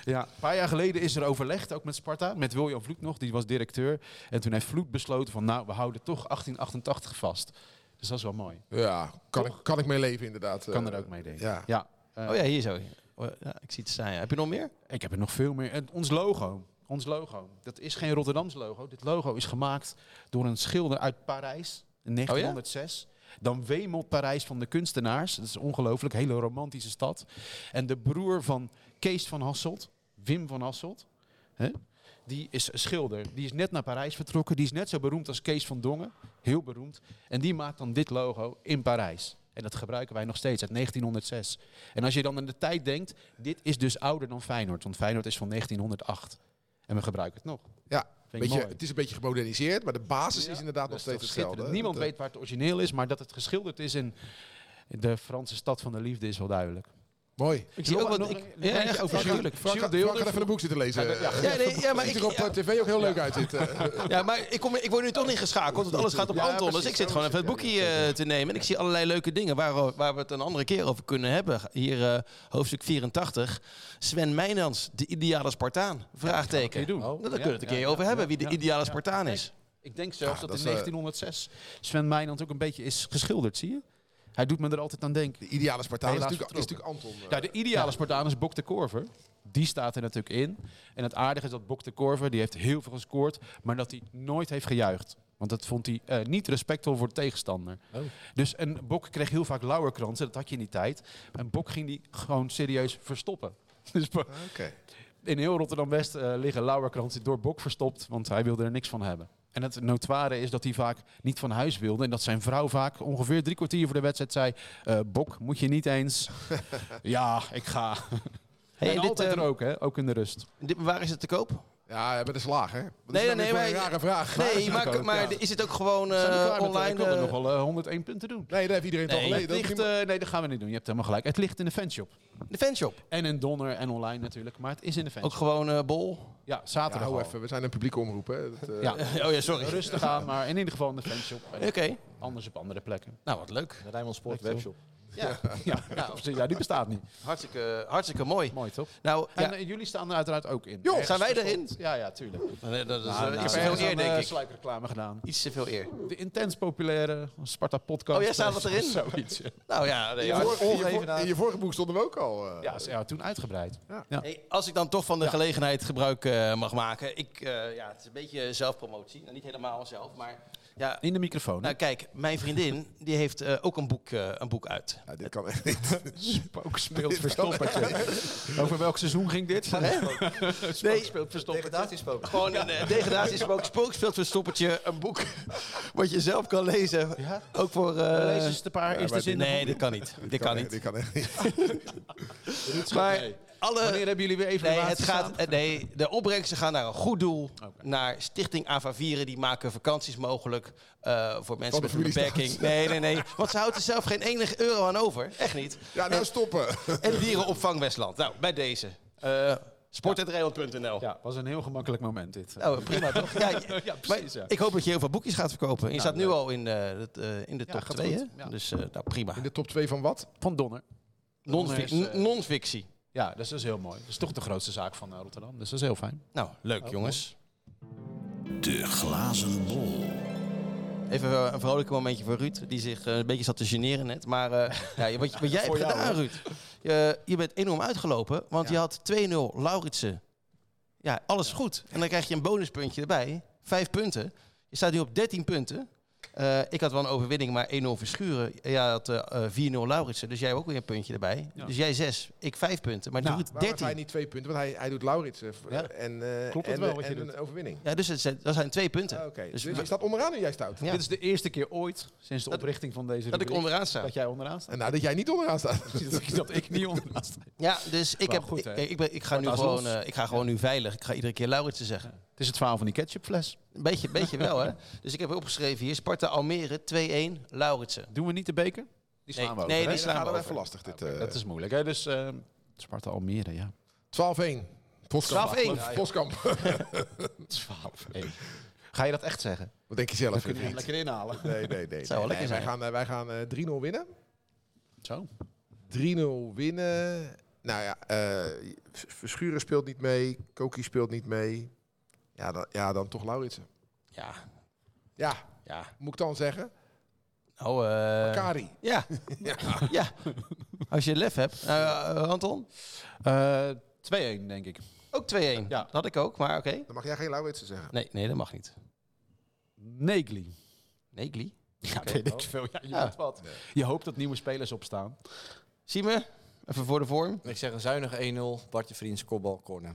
Speaker 5: ja, een paar jaar geleden is er overlegd, ook met Sparta, met William Vloed nog, die was directeur. En toen heeft Vloed besloten van, nou, we houden toch 1888 vast. Dus dat is wel mooi.
Speaker 6: Ja, kan ik, kan ik mee leven inderdaad.
Speaker 5: Kan
Speaker 6: eh.
Speaker 5: er ook mee denken.
Speaker 6: ja.
Speaker 5: ja. eh,
Speaker 3: Oh ja, hier zo. Oh, ja, ik zie het staan. ja. Heb je nog meer?
Speaker 5: Ik heb er nog veel meer. En ons logo. Ons logo. Dat is geen Rotterdams logo. Dit logo is gemaakt door een schilder uit Parijs in 1906. Dan wemelt Parijs van de kunstenaars. Dat is ongelooflijk. Hele romantische stad. En de broer van Kees van Hasselt, Wim van Hasselt, hè, die is schilder. Die is net naar Parijs vertrokken. Die is net zo beroemd als Kees van Dongen. Heel beroemd. En die maakt dan dit logo in Parijs. En dat gebruiken wij nog steeds uit 1906. En als je dan aan de tijd denkt, dit is dus ouder dan Feyenoord. Want Feyenoord is van 1908. En we gebruiken het nog.
Speaker 6: Ja,
Speaker 5: ik
Speaker 6: beetje,
Speaker 5: mooi.
Speaker 6: het is een beetje gemoderniseerd, maar de basis is inderdaad nog
Speaker 5: Dat is toch
Speaker 6: steeds hetzelfde.
Speaker 5: schitterend. Niemand
Speaker 6: Dat, eh,
Speaker 5: weet waar het origineel is, maar dat het geschilderd is in de Franse stad van de liefde is wel duidelijk. Oh,
Speaker 6: Mooi.
Speaker 5: Ik
Speaker 3: zie ook wat- ik- ja, ja, ja,
Speaker 5: over Jules.
Speaker 3: natuurlijk.
Speaker 6: Frank
Speaker 5: Jules
Speaker 6: had
Speaker 5: de Hulder
Speaker 6: even een boek zitten lezen. Ja,
Speaker 3: Ja, nee, ja, maar
Speaker 6: ziet
Speaker 3: ik,
Speaker 6: er op eh,
Speaker 3: ja,
Speaker 6: tv ook heel leuk uit. Dit, eh.
Speaker 3: ja, maar ik, kom, ik word nu toch niet geschakeld, want alles gaat op
Speaker 5: Ja,
Speaker 3: Anton. Dus
Speaker 5: precies,
Speaker 3: ik zit
Speaker 5: zo
Speaker 3: gewoon
Speaker 5: is
Speaker 3: even het
Speaker 5: het, ja.
Speaker 3: boekje eh, te nemen. En ik zie allerlei leuke dingen waar, waar we het een andere keer over kunnen hebben. Hier eh, hoofdstuk 84. Sven Meijnans, de ideale Spartaan? Vraagteken.
Speaker 5: Ja, dat gaan we een keer doen.
Speaker 3: Nou, Daar
Speaker 5: Oh,
Speaker 3: kunnen we het een
Speaker 5: ja,
Speaker 3: keer
Speaker 5: ja,
Speaker 3: over
Speaker 5: ja,
Speaker 3: hebben,
Speaker 5: ja,
Speaker 3: wie de
Speaker 5: ja,
Speaker 3: ideale
Speaker 5: ja.
Speaker 3: Spartaan is.
Speaker 5: Ik denk zelfs dat,
Speaker 6: dat
Speaker 5: in
Speaker 6: is, eh,
Speaker 5: 1906 Sven Meijnand ook een beetje is geschilderd, zie je? Hij doet me er altijd aan denken.
Speaker 6: De ideale Spartaan is
Speaker 5: Helaas
Speaker 6: natuurlijk, is natuurlijk Anton. eh.
Speaker 5: Ja, de ideale Spartaan is Bok de Korver. Die staat er natuurlijk in. En het aardige is dat Bok de Korver, die heeft heel veel gescoord, maar dat hij nooit heeft gejuicht. Want dat vond hij eh, niet respectvol voor de tegenstander. Dus een Bok kreeg heel vaak lauwerkransen, dat had je in die tijd. En Bok ging die gewoon serieus verstoppen. Dus Bo-
Speaker 6: Oké.
Speaker 5: in heel Rotterdam-West eh, liggen lauwerkransen door Bok verstopt, want hij wilde er niks van hebben. En het notoire is dat hij vaak niet van huis wilde. En dat zijn vrouw vaak ongeveer drie kwartier voor de wedstrijd zei... eh, Bok, moet je niet eens... ja, ik ga.
Speaker 3: Hey,
Speaker 5: en
Speaker 3: en dit,
Speaker 5: altijd
Speaker 3: eh,
Speaker 5: er ook, hè? Ook in de rust.
Speaker 3: dit- waar is het te koop?
Speaker 6: Ja, met de slager. hè? Wat is
Speaker 3: Nee, nee,
Speaker 6: dat weer voor
Speaker 3: maar-
Speaker 6: een rare vraag.
Speaker 3: Nee,
Speaker 5: het te
Speaker 3: maar,
Speaker 5: koop,
Speaker 3: maar
Speaker 5: ja.
Speaker 3: is het ook gewoon eh,
Speaker 5: Zijn we klaar met, eh, Ik
Speaker 3: online?
Speaker 5: wilde
Speaker 3: eh,
Speaker 5: nog wel eh, 101 punten doen.
Speaker 6: Nee, dat heeft iedereen toch
Speaker 5: Nee,
Speaker 6: geleden.
Speaker 5: het
Speaker 6: Dat
Speaker 5: ligt,
Speaker 6: ging-
Speaker 5: eh, nee, dat gaan we niet doen. Je hebt helemaal gelijk. Het ligt in de fanshop.
Speaker 3: de fanshop.
Speaker 5: En in Donner en online natuurlijk. Maar het is in de
Speaker 3: Ook
Speaker 5: fanshop.
Speaker 3: gewoon eh, bol.
Speaker 5: Ja,
Speaker 6: Ja,
Speaker 5: zaterdag
Speaker 6: hou
Speaker 5: al.
Speaker 6: even, we zijn een publieke omroep. Hè. Dat, eh,
Speaker 5: Ja,
Speaker 3: Oh ja, sorry. Oké.
Speaker 5: rustig aan. Maar in ieder geval in de fanshop. En anders op andere plekken.
Speaker 3: Nou, wat leuk.
Speaker 4: De Rijnmond Sport
Speaker 5: Leuk,
Speaker 4: Webshop.
Speaker 5: Ja, ja, ja die bestaat niet.
Speaker 3: Hartstikke, hartstikke mooi.
Speaker 5: Mooi, toch?
Speaker 3: Nou, ja,
Speaker 5: En eh, jullie staan er uiteraard ook in.
Speaker 3: Joh,
Speaker 5: Ergens
Speaker 3: zijn wij
Speaker 5: verstopt.
Speaker 3: erin?
Speaker 5: Ja, ja, tuurlijk. Ik
Speaker 3: Nee, dat is, eh,
Speaker 5: heb
Speaker 3: iets te veel eer, denk ik.
Speaker 5: sluikreclame gedaan.
Speaker 3: Iets te veel eer.
Speaker 5: De intens populaire Sparta podcast.
Speaker 3: Oh, jij staat dat erin?
Speaker 5: Zoiets. ja.
Speaker 3: Nou ja, nee,
Speaker 6: in je
Speaker 3: ja.
Speaker 6: vorige- in, je
Speaker 4: Ongeven
Speaker 6: vor-
Speaker 4: daar.
Speaker 6: in je vorige boek stonden we ook al. eh.
Speaker 5: Ja, ze- ja, toen uitgebreid.
Speaker 3: Hey, als ik dan toch van de gelegenheid gebruik eh, mag maken. Ik, eh, ja, het is een beetje zelfpromotie. Nou, niet helemaal zelf, maar... Ja,
Speaker 5: In de microfoon. hè?
Speaker 3: nou kijk, mijn vriendin die heeft eh, ook een boek, eh, een boek uit.
Speaker 6: Ja, dit kan echt niet.
Speaker 3: Nou,
Speaker 5: Spook speelt verstoppertje. Over welk seizoen ging dit?
Speaker 3: Nee,
Speaker 5: speelt verstoppertje.
Speaker 4: Degradatiespook.
Speaker 3: gewoon een eh, degradatiespook. Spook speelt verstoppertje. Een boek wat je zelf kan lezen. Ook voor... eh,
Speaker 5: Lees eens een paar eerste
Speaker 6: maar-
Speaker 5: zinnen.
Speaker 3: nee, dit kan niet. Dit kan niet.
Speaker 6: Dit kan echt niet.
Speaker 3: Maar
Speaker 5: Wanneer
Speaker 3: alle...
Speaker 5: hebben jullie weer even
Speaker 3: Nee, het gaat, eh, nee, de opbrengsten gaan naar een goed doel. Naar Stichting Avavieren. Die maken vakanties mogelijk eh, voor mensen
Speaker 6: de
Speaker 3: met een
Speaker 6: familie
Speaker 3: beperking. Nee, nee, nee. Want ze houdt er zelf geen enige euro aan over. Echt niet.
Speaker 6: Ja, nou stoppen.
Speaker 3: En dierenopvang Westland. Nou, bij deze. Eh Sport.nl.
Speaker 5: Ja, was een heel gemakkelijk moment dit.
Speaker 3: Nou, prima toch? Ja, je-
Speaker 5: Ja,
Speaker 3: maar
Speaker 5: precies, ja. Nou,
Speaker 3: Ik hoop dat je heel veel boekjes gaat verkopen. Je staat nu
Speaker 5: leuk.
Speaker 3: al in, eh, het, eh, in de
Speaker 5: Ja,
Speaker 3: top
Speaker 5: gaat
Speaker 3: 2,
Speaker 5: goed,
Speaker 3: hè?
Speaker 5: ja.
Speaker 3: Dus eh, nou, prima.
Speaker 6: In de top 2 van wat?
Speaker 5: Van Donner.
Speaker 3: Non-fi-
Speaker 5: Donner is, eh,
Speaker 3: n- Non-fictie.
Speaker 5: Ja, dus dat is heel mooi. Dat is toch de grootste zaak van eh, Rotterdam. Dus dat is heel fijn.
Speaker 3: nou, leuk jongens.
Speaker 2: De glazen bol.
Speaker 3: Even eh, een vrolijk momentje voor Ruud, die zich eh, een beetje zat te generen net. Maar eh, ja, wat, wat jij hebt
Speaker 5: jou,
Speaker 3: gedaan, Ruud. Je, je bent enorm uitgelopen, want je had 2-0 Lauritsen. Ja, alles goed. En dan krijg je een bonuspuntje erbij. Vijf punten. Je staat nu op 13 punten. Eh, ik had wel een overwinning, maar 1-0 verschuren. Jij had eh, eh, 4-0 Lauritsen, dus jij hebt ook weer een puntje erbij.
Speaker 5: Ja.
Speaker 3: Dus jij 6, ik 5 punten. Maar
Speaker 5: Nou,
Speaker 3: Ruud
Speaker 6: Waarom heeft
Speaker 3: 13.
Speaker 6: hij niet twee punten? Want hij, hij doet Laurits. eh, v-
Speaker 5: Ja.
Speaker 6: En, eh,
Speaker 5: Klopt het
Speaker 6: en,
Speaker 5: wel
Speaker 6: eh,
Speaker 5: wat je
Speaker 6: en
Speaker 5: doet?
Speaker 6: een overwinning.
Speaker 3: Ja, dus het zijn, dat zijn twee punten.
Speaker 6: Ah, Oké.
Speaker 3: Dus
Speaker 6: Dus,
Speaker 3: we-
Speaker 6: je staat onderaan en jij stout.
Speaker 3: Ja.
Speaker 5: Dit is de eerste keer ooit sinds de
Speaker 3: Dat-
Speaker 5: oprichting van deze
Speaker 3: Dat ik
Speaker 5: rubriek
Speaker 3: onderaan sta.
Speaker 5: dat jij onderaan staat.
Speaker 6: En nou dat jij niet onderaan staat.
Speaker 5: dat ik niet onderaan sta.
Speaker 3: Ja, dus ik,
Speaker 5: Wel
Speaker 3: heb,
Speaker 5: goed,
Speaker 3: ik,
Speaker 5: hè?
Speaker 3: ik, ben, ik ga nu
Speaker 5: als
Speaker 3: gewoon,
Speaker 5: los.
Speaker 3: eh, ik ga gewoon nu veilig. Ik ga iedere keer Lauritsen zeggen.
Speaker 5: Het is het verhaal van die ketchupfles.
Speaker 3: Een beetje, beetje wel, hè? Dus ik heb opgeschreven hier: Sparta Almere 2-1, Lauritsen.
Speaker 5: Doen we niet de beker? Die
Speaker 3: Nee,
Speaker 5: slaan we over,
Speaker 3: nee, die
Speaker 5: hè?
Speaker 6: Nee, dan
Speaker 3: slaan
Speaker 6: gaan
Speaker 3: we
Speaker 6: we
Speaker 3: over.
Speaker 6: even lastig. Dit, eh,
Speaker 5: Dat is moeilijk. Hè? Dus eh, Sparta Almere, ja.
Speaker 6: 12-1. Postkamp.
Speaker 3: 12-1.
Speaker 6: Ja, ja. Postkamp.
Speaker 5: 12. Ga je dat echt zeggen?
Speaker 6: Wat denk je zelf?
Speaker 5: Kun je
Speaker 6: Ruud?
Speaker 5: lekker inhalen.
Speaker 6: Nee, nee, nee.
Speaker 3: Zou wel lekker
Speaker 6: nee. wij
Speaker 3: zijn.
Speaker 6: gaan, eh, wij gaan eh, 3-0 winnen.
Speaker 5: Zo.
Speaker 6: 3-0 winnen. Nou ja, eh, V- Verschuren speelt niet mee. Koki speelt niet mee. Ja, dan, ja, dan toch Lauritsen.
Speaker 3: Ja,
Speaker 6: Ja,
Speaker 3: ja. Eh.
Speaker 6: moet ik dan zeggen?
Speaker 3: Oh, eh,
Speaker 6: Kari.
Speaker 3: ja. ja. Als je lef hebt. Eh, eh, Anton?
Speaker 5: Eh, 2-1, denk ik.
Speaker 3: Ook 2-1.
Speaker 5: Ja.
Speaker 3: Dat had ik ook, maar oké.
Speaker 6: Dan mag jij geen Lauritsen zeggen.
Speaker 3: Nee, nee, dat mag niet.
Speaker 5: Negli.
Speaker 3: Nee, Glee.
Speaker 5: Ja, weet ik veel. Ja, je
Speaker 3: Ja.
Speaker 5: weet wat. Je hoopt dat nieuwe spelers opstaan.
Speaker 3: Zie me? Even voor de vorm.
Speaker 4: Ik zeg een zuinige 1-0, Bartje Vriends, kopbal, corner.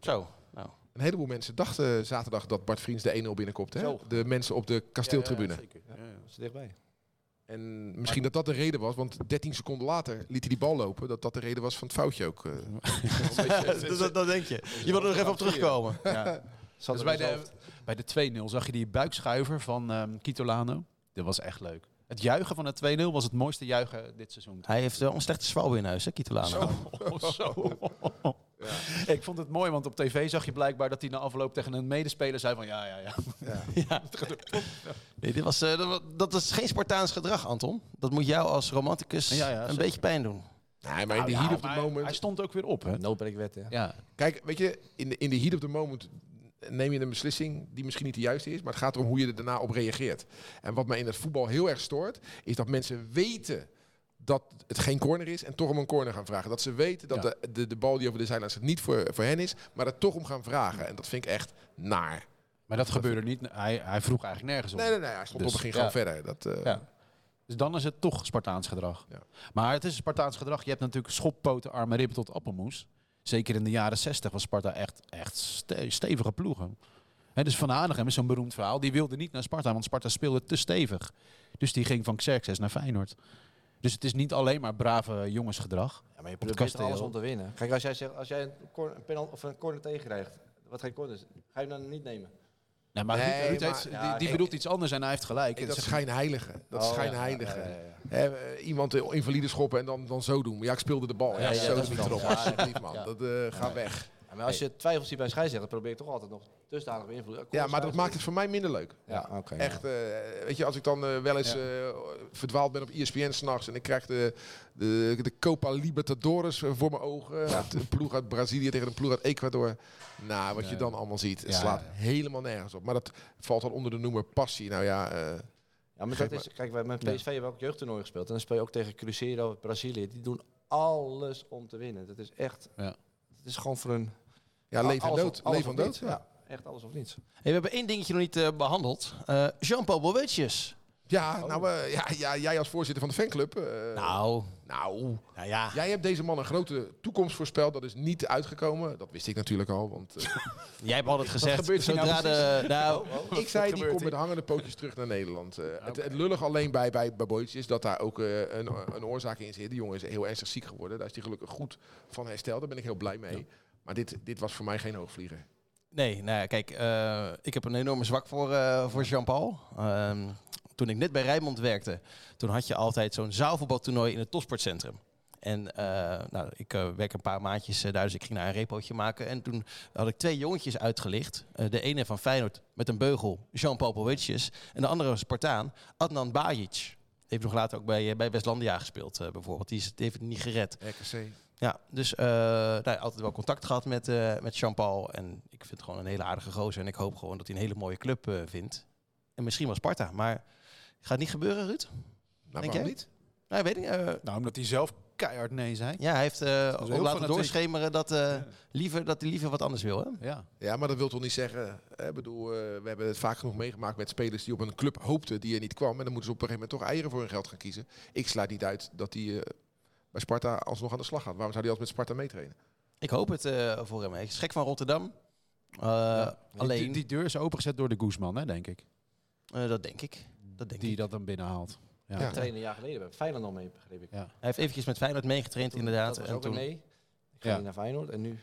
Speaker 3: Zo. Nou.
Speaker 6: Een heleboel mensen dachten zaterdag dat Bart Vriends de 1-0 binnenkomt. Hè?
Speaker 4: Zo.
Speaker 6: De mensen op de kasteeltribune.
Speaker 4: Dat is dichtbij.
Speaker 6: En misschien dat dat de reden was, want 13 seconden later liet hij die bal lopen. Dat dat de reden was van het foutje ook. eh.
Speaker 3: dat, dat- dat denk je. Je wil er nog even op terugkomen.
Speaker 5: Ja.
Speaker 4: Zat
Speaker 5: Dus
Speaker 4: er
Speaker 5: bij
Speaker 4: dus
Speaker 5: de, bij de 2-0 zag je die buikschuiver van ehm Kitolano. Dat was echt leuk. Het juichen van de 2-0 was het mooiste juichen dit seizoen.
Speaker 3: Hij heeft wel een slechte zwalbe in huis, hè, Kitolano?
Speaker 5: Oh, zo. Ik vond het mooi, want op tv zag je blijkbaar dat hij na afloop tegen een medespeler zei van ja, ja, ja.
Speaker 3: Nee, dit was, eh, dat, wa- dat is geen Spartaans gedrag, Anton. Dat moet jou als romanticus
Speaker 5: Ja, ja,
Speaker 3: een
Speaker 5: zeker.
Speaker 3: beetje pijn doen.
Speaker 6: nee, Nou maar in de heat of the
Speaker 5: Maar
Speaker 6: moment.
Speaker 5: Hij stond ook weer op, hè?
Speaker 4: al- No-breakwet, hè?
Speaker 5: Ja,
Speaker 6: Kijk, weet je, in de, in de heat of the moment neem je een beslissing die misschien niet de juiste is, maar het gaat erom hoe je er daarna op reageert. En wat mij in het voetbal heel erg stoort, is dat mensen weten dat het geen corner is en toch om een corner gaan vragen. Dat ze weten dat
Speaker 5: Ja.
Speaker 6: de, de, de bal die over de zijlijn zit niet voor, voor hen is, maar er toch om gaan vragen. En dat vind ik echt naar.
Speaker 5: maar dat gebeurde niet. Hij, hij vroeg eigenlijk nergens om.
Speaker 6: Nee, nee, nee, hij stond
Speaker 5: Dus,
Speaker 6: op en ging gewoon
Speaker 5: ja.
Speaker 6: verder. Dat, eh,
Speaker 5: Ja. Dus dan is het toch Spartaans gedrag.
Speaker 6: Ja.
Speaker 5: Maar het is Spartaans gedrag. Je hebt natuurlijk schoppoten, arme ribben tot appelmoes. Zeker in de jaren 60 was Sparta echt, echt ste- stevige ploegen. Hè, dus Van Hanegem is zo'n beroemd verhaal. Die wilde niet naar Sparta, want Sparta speelde te stevig. Dus die ging van Xerxes naar Feyenoord. Dus het is niet alleen maar brave jongensgedrag.
Speaker 4: Ja, maar je
Speaker 5: Op het
Speaker 4: probeert er
Speaker 5: kasteel.
Speaker 4: alles om te winnen. Kijk, als jij, zegt, als jij een, corner, een, penal, of een corner tegenkrijgt, wat geen corner is, ga je hem dan niet nemen?
Speaker 5: Nee, maar
Speaker 6: Nee,
Speaker 5: Ruud- Ruud
Speaker 6: maar-
Speaker 5: heeft-
Speaker 4: ja,
Speaker 5: die, die
Speaker 4: ik-
Speaker 5: bedoelt iets anders en hij heeft gelijk.
Speaker 6: Hey,
Speaker 5: Het
Speaker 6: dat
Speaker 5: is-
Speaker 6: schijnheilige. Dat
Speaker 4: Oh, ja,
Speaker 6: schijnheilige.
Speaker 4: ja, ja, ja, ja.
Speaker 6: Hè, eh, iemand invalide schoppen en dan, dan zo doen. Ja, ik speelde de bal. Ja,
Speaker 4: Ja, ja,
Speaker 6: zo
Speaker 4: dat is
Speaker 6: doe ik
Speaker 4: dan.
Speaker 6: erop.
Speaker 4: Ja,
Speaker 6: Alsjeblieft, man.
Speaker 4: ja.
Speaker 6: Dat eh ga weg.
Speaker 4: Ja, maar als je twijfels ziet bij een scheidsrechter, probeer je toch altijd nog dusdanig beïnvloed.
Speaker 6: Ja, maar dat maakt het voor mij minder leuk.
Speaker 4: Ja, oké.
Speaker 6: Echt, eh, weet je, als ik dan eh, wel eens eh, verdwaald ben op E ESPN s'nachts en ik krijg de, de, de Copa Libertadores eh, voor mijn ogen. Met Een ploeg uit Brazilië tegen een ploeg uit Ecuador. Nou, wat je dan allemaal ziet, het
Speaker 5: Ja,
Speaker 6: slaat
Speaker 5: ja.
Speaker 6: helemaal nergens op. Maar dat valt dan onder de noemer passie. Nou ja, eh,
Speaker 4: Ja, maar
Speaker 6: Geef
Speaker 4: dat is, kijk, wij met PSV hebben we ook jeugdtoernooi gespeeld. En dan speel je ook tegen Cruzeiro, Brazilië. Die doen alles om te winnen. Dat is echt...
Speaker 5: Ja.
Speaker 4: Het is gewoon voor hun...
Speaker 6: ja leven en
Speaker 4: alles-
Speaker 6: dood.
Speaker 4: alles
Speaker 6: Leven en
Speaker 4: of
Speaker 6: dood.
Speaker 4: niets.
Speaker 6: Ja.
Speaker 4: Echt alles of niets.
Speaker 3: Hey, we hebben één dingetje nog niet eh, behandeld. Eh, Jean-Paul Boetius.
Speaker 6: Ja, nou, eh, ja, ja, jij als voorzitter van de fanclub. eh,
Speaker 3: Nou,
Speaker 6: nou,
Speaker 3: nou ja.
Speaker 6: jij hebt deze man een grote toekomst voorspeld. Dat is niet uitgekomen. Dat wist ik natuurlijk al. Want eh,
Speaker 3: Jij hebt altijd gezegd,
Speaker 6: gebeurt hier nou
Speaker 3: zodra de... Nou,
Speaker 6: ik zei, die
Speaker 5: gebeurt
Speaker 6: komt
Speaker 5: hier?
Speaker 6: met hangende pootjes terug naar Nederland. Eh, het, het lullig alleen bij, bij, bij Boytjes is dat daar ook eh, een, een oorzaak in zit. Die jongen is heel ernstig ziek geworden. Daar is hij gelukkig goed van hersteld. Daar ben ik heel blij mee. Maar dit, dit was voor mij geen hoogvlieger.
Speaker 3: Nee, nou ja, kijk, eh, ik heb een enorme zwak voor, eh, voor Jean-Paul. Ehm, toen ik net bij Rijnmond werkte, toen had je altijd zo'n zaalvoetbaltoernooi in het topsportcentrum. En eh, nou, ik eh, werk een paar maandjes eh, daar, dus ik ging daar een repootje maken. En toen had ik twee jongetjes uitgelicht. Eh, de ene van Feyenoord met een beugel, Jean-Paul Poetjes. En de andere Spartaan, Adnan Bajic. Heeft nog later ook bij, eh, bij Westlandia gespeeld, eh, bijvoorbeeld. Die, is, die heeft het niet gered.
Speaker 6: RKC.
Speaker 3: Ja, dus eh, nou, altijd wel contact gehad met, eh met Jean-Paul. En ik vind het gewoon een hele aardige gozer. En ik hoop gewoon dat hij een hele mooie club eh, vindt. En misschien wel Sparta. Maar gaat het niet gebeuren, Ruud?
Speaker 6: Nou,
Speaker 3: Denk
Speaker 6: waarom
Speaker 3: jij?
Speaker 6: niet?
Speaker 3: Nou, weet ik. eh,
Speaker 5: Nou, omdat hij zelf keihard nee zei.
Speaker 3: ja, hij heeft eh ook
Speaker 5: heel
Speaker 3: laten
Speaker 5: fanatiek.
Speaker 3: doorschemeren dat, eh, liever, dat hij liever wat anders wil. Hè?
Speaker 5: Ja.
Speaker 6: Ja, maar dat wil toch niet zeggen. hè, Ik bedoel, eh, we hebben het vaak genoeg meegemaakt met spelers die op een club hoopten die er niet kwam. En dan moeten ze op een gegeven moment toch eieren voor hun geld gaan kiezen. Ik sluit niet uit dat hij eh, bij Sparta alsnog aan de slag gaat. Waarom zou hij als met Sparta meetrainen?
Speaker 3: Ik hoop het eh, voor hem. Hij is gek van Rotterdam. Eh, alleen,
Speaker 5: Die, die deur is opengezet door de Guzman, hè, denk ik.
Speaker 3: eh, dat denk ik. Dat denk
Speaker 5: Die
Speaker 3: ik.
Speaker 5: dat dan binnenhaalt. Ja.
Speaker 6: Ja.
Speaker 4: trainen een jaar geleden bij Feyenoord al mee, begreep ik.
Speaker 5: Ja.
Speaker 3: Hij heeft eventjes met Feyenoord meegetraind,
Speaker 4: Toen-
Speaker 3: inderdaad.
Speaker 4: Dat was
Speaker 3: en
Speaker 4: ook een
Speaker 3: toen,
Speaker 4: nee. Ik ga
Speaker 5: Ja.
Speaker 4: niet naar Feyenoord en nu...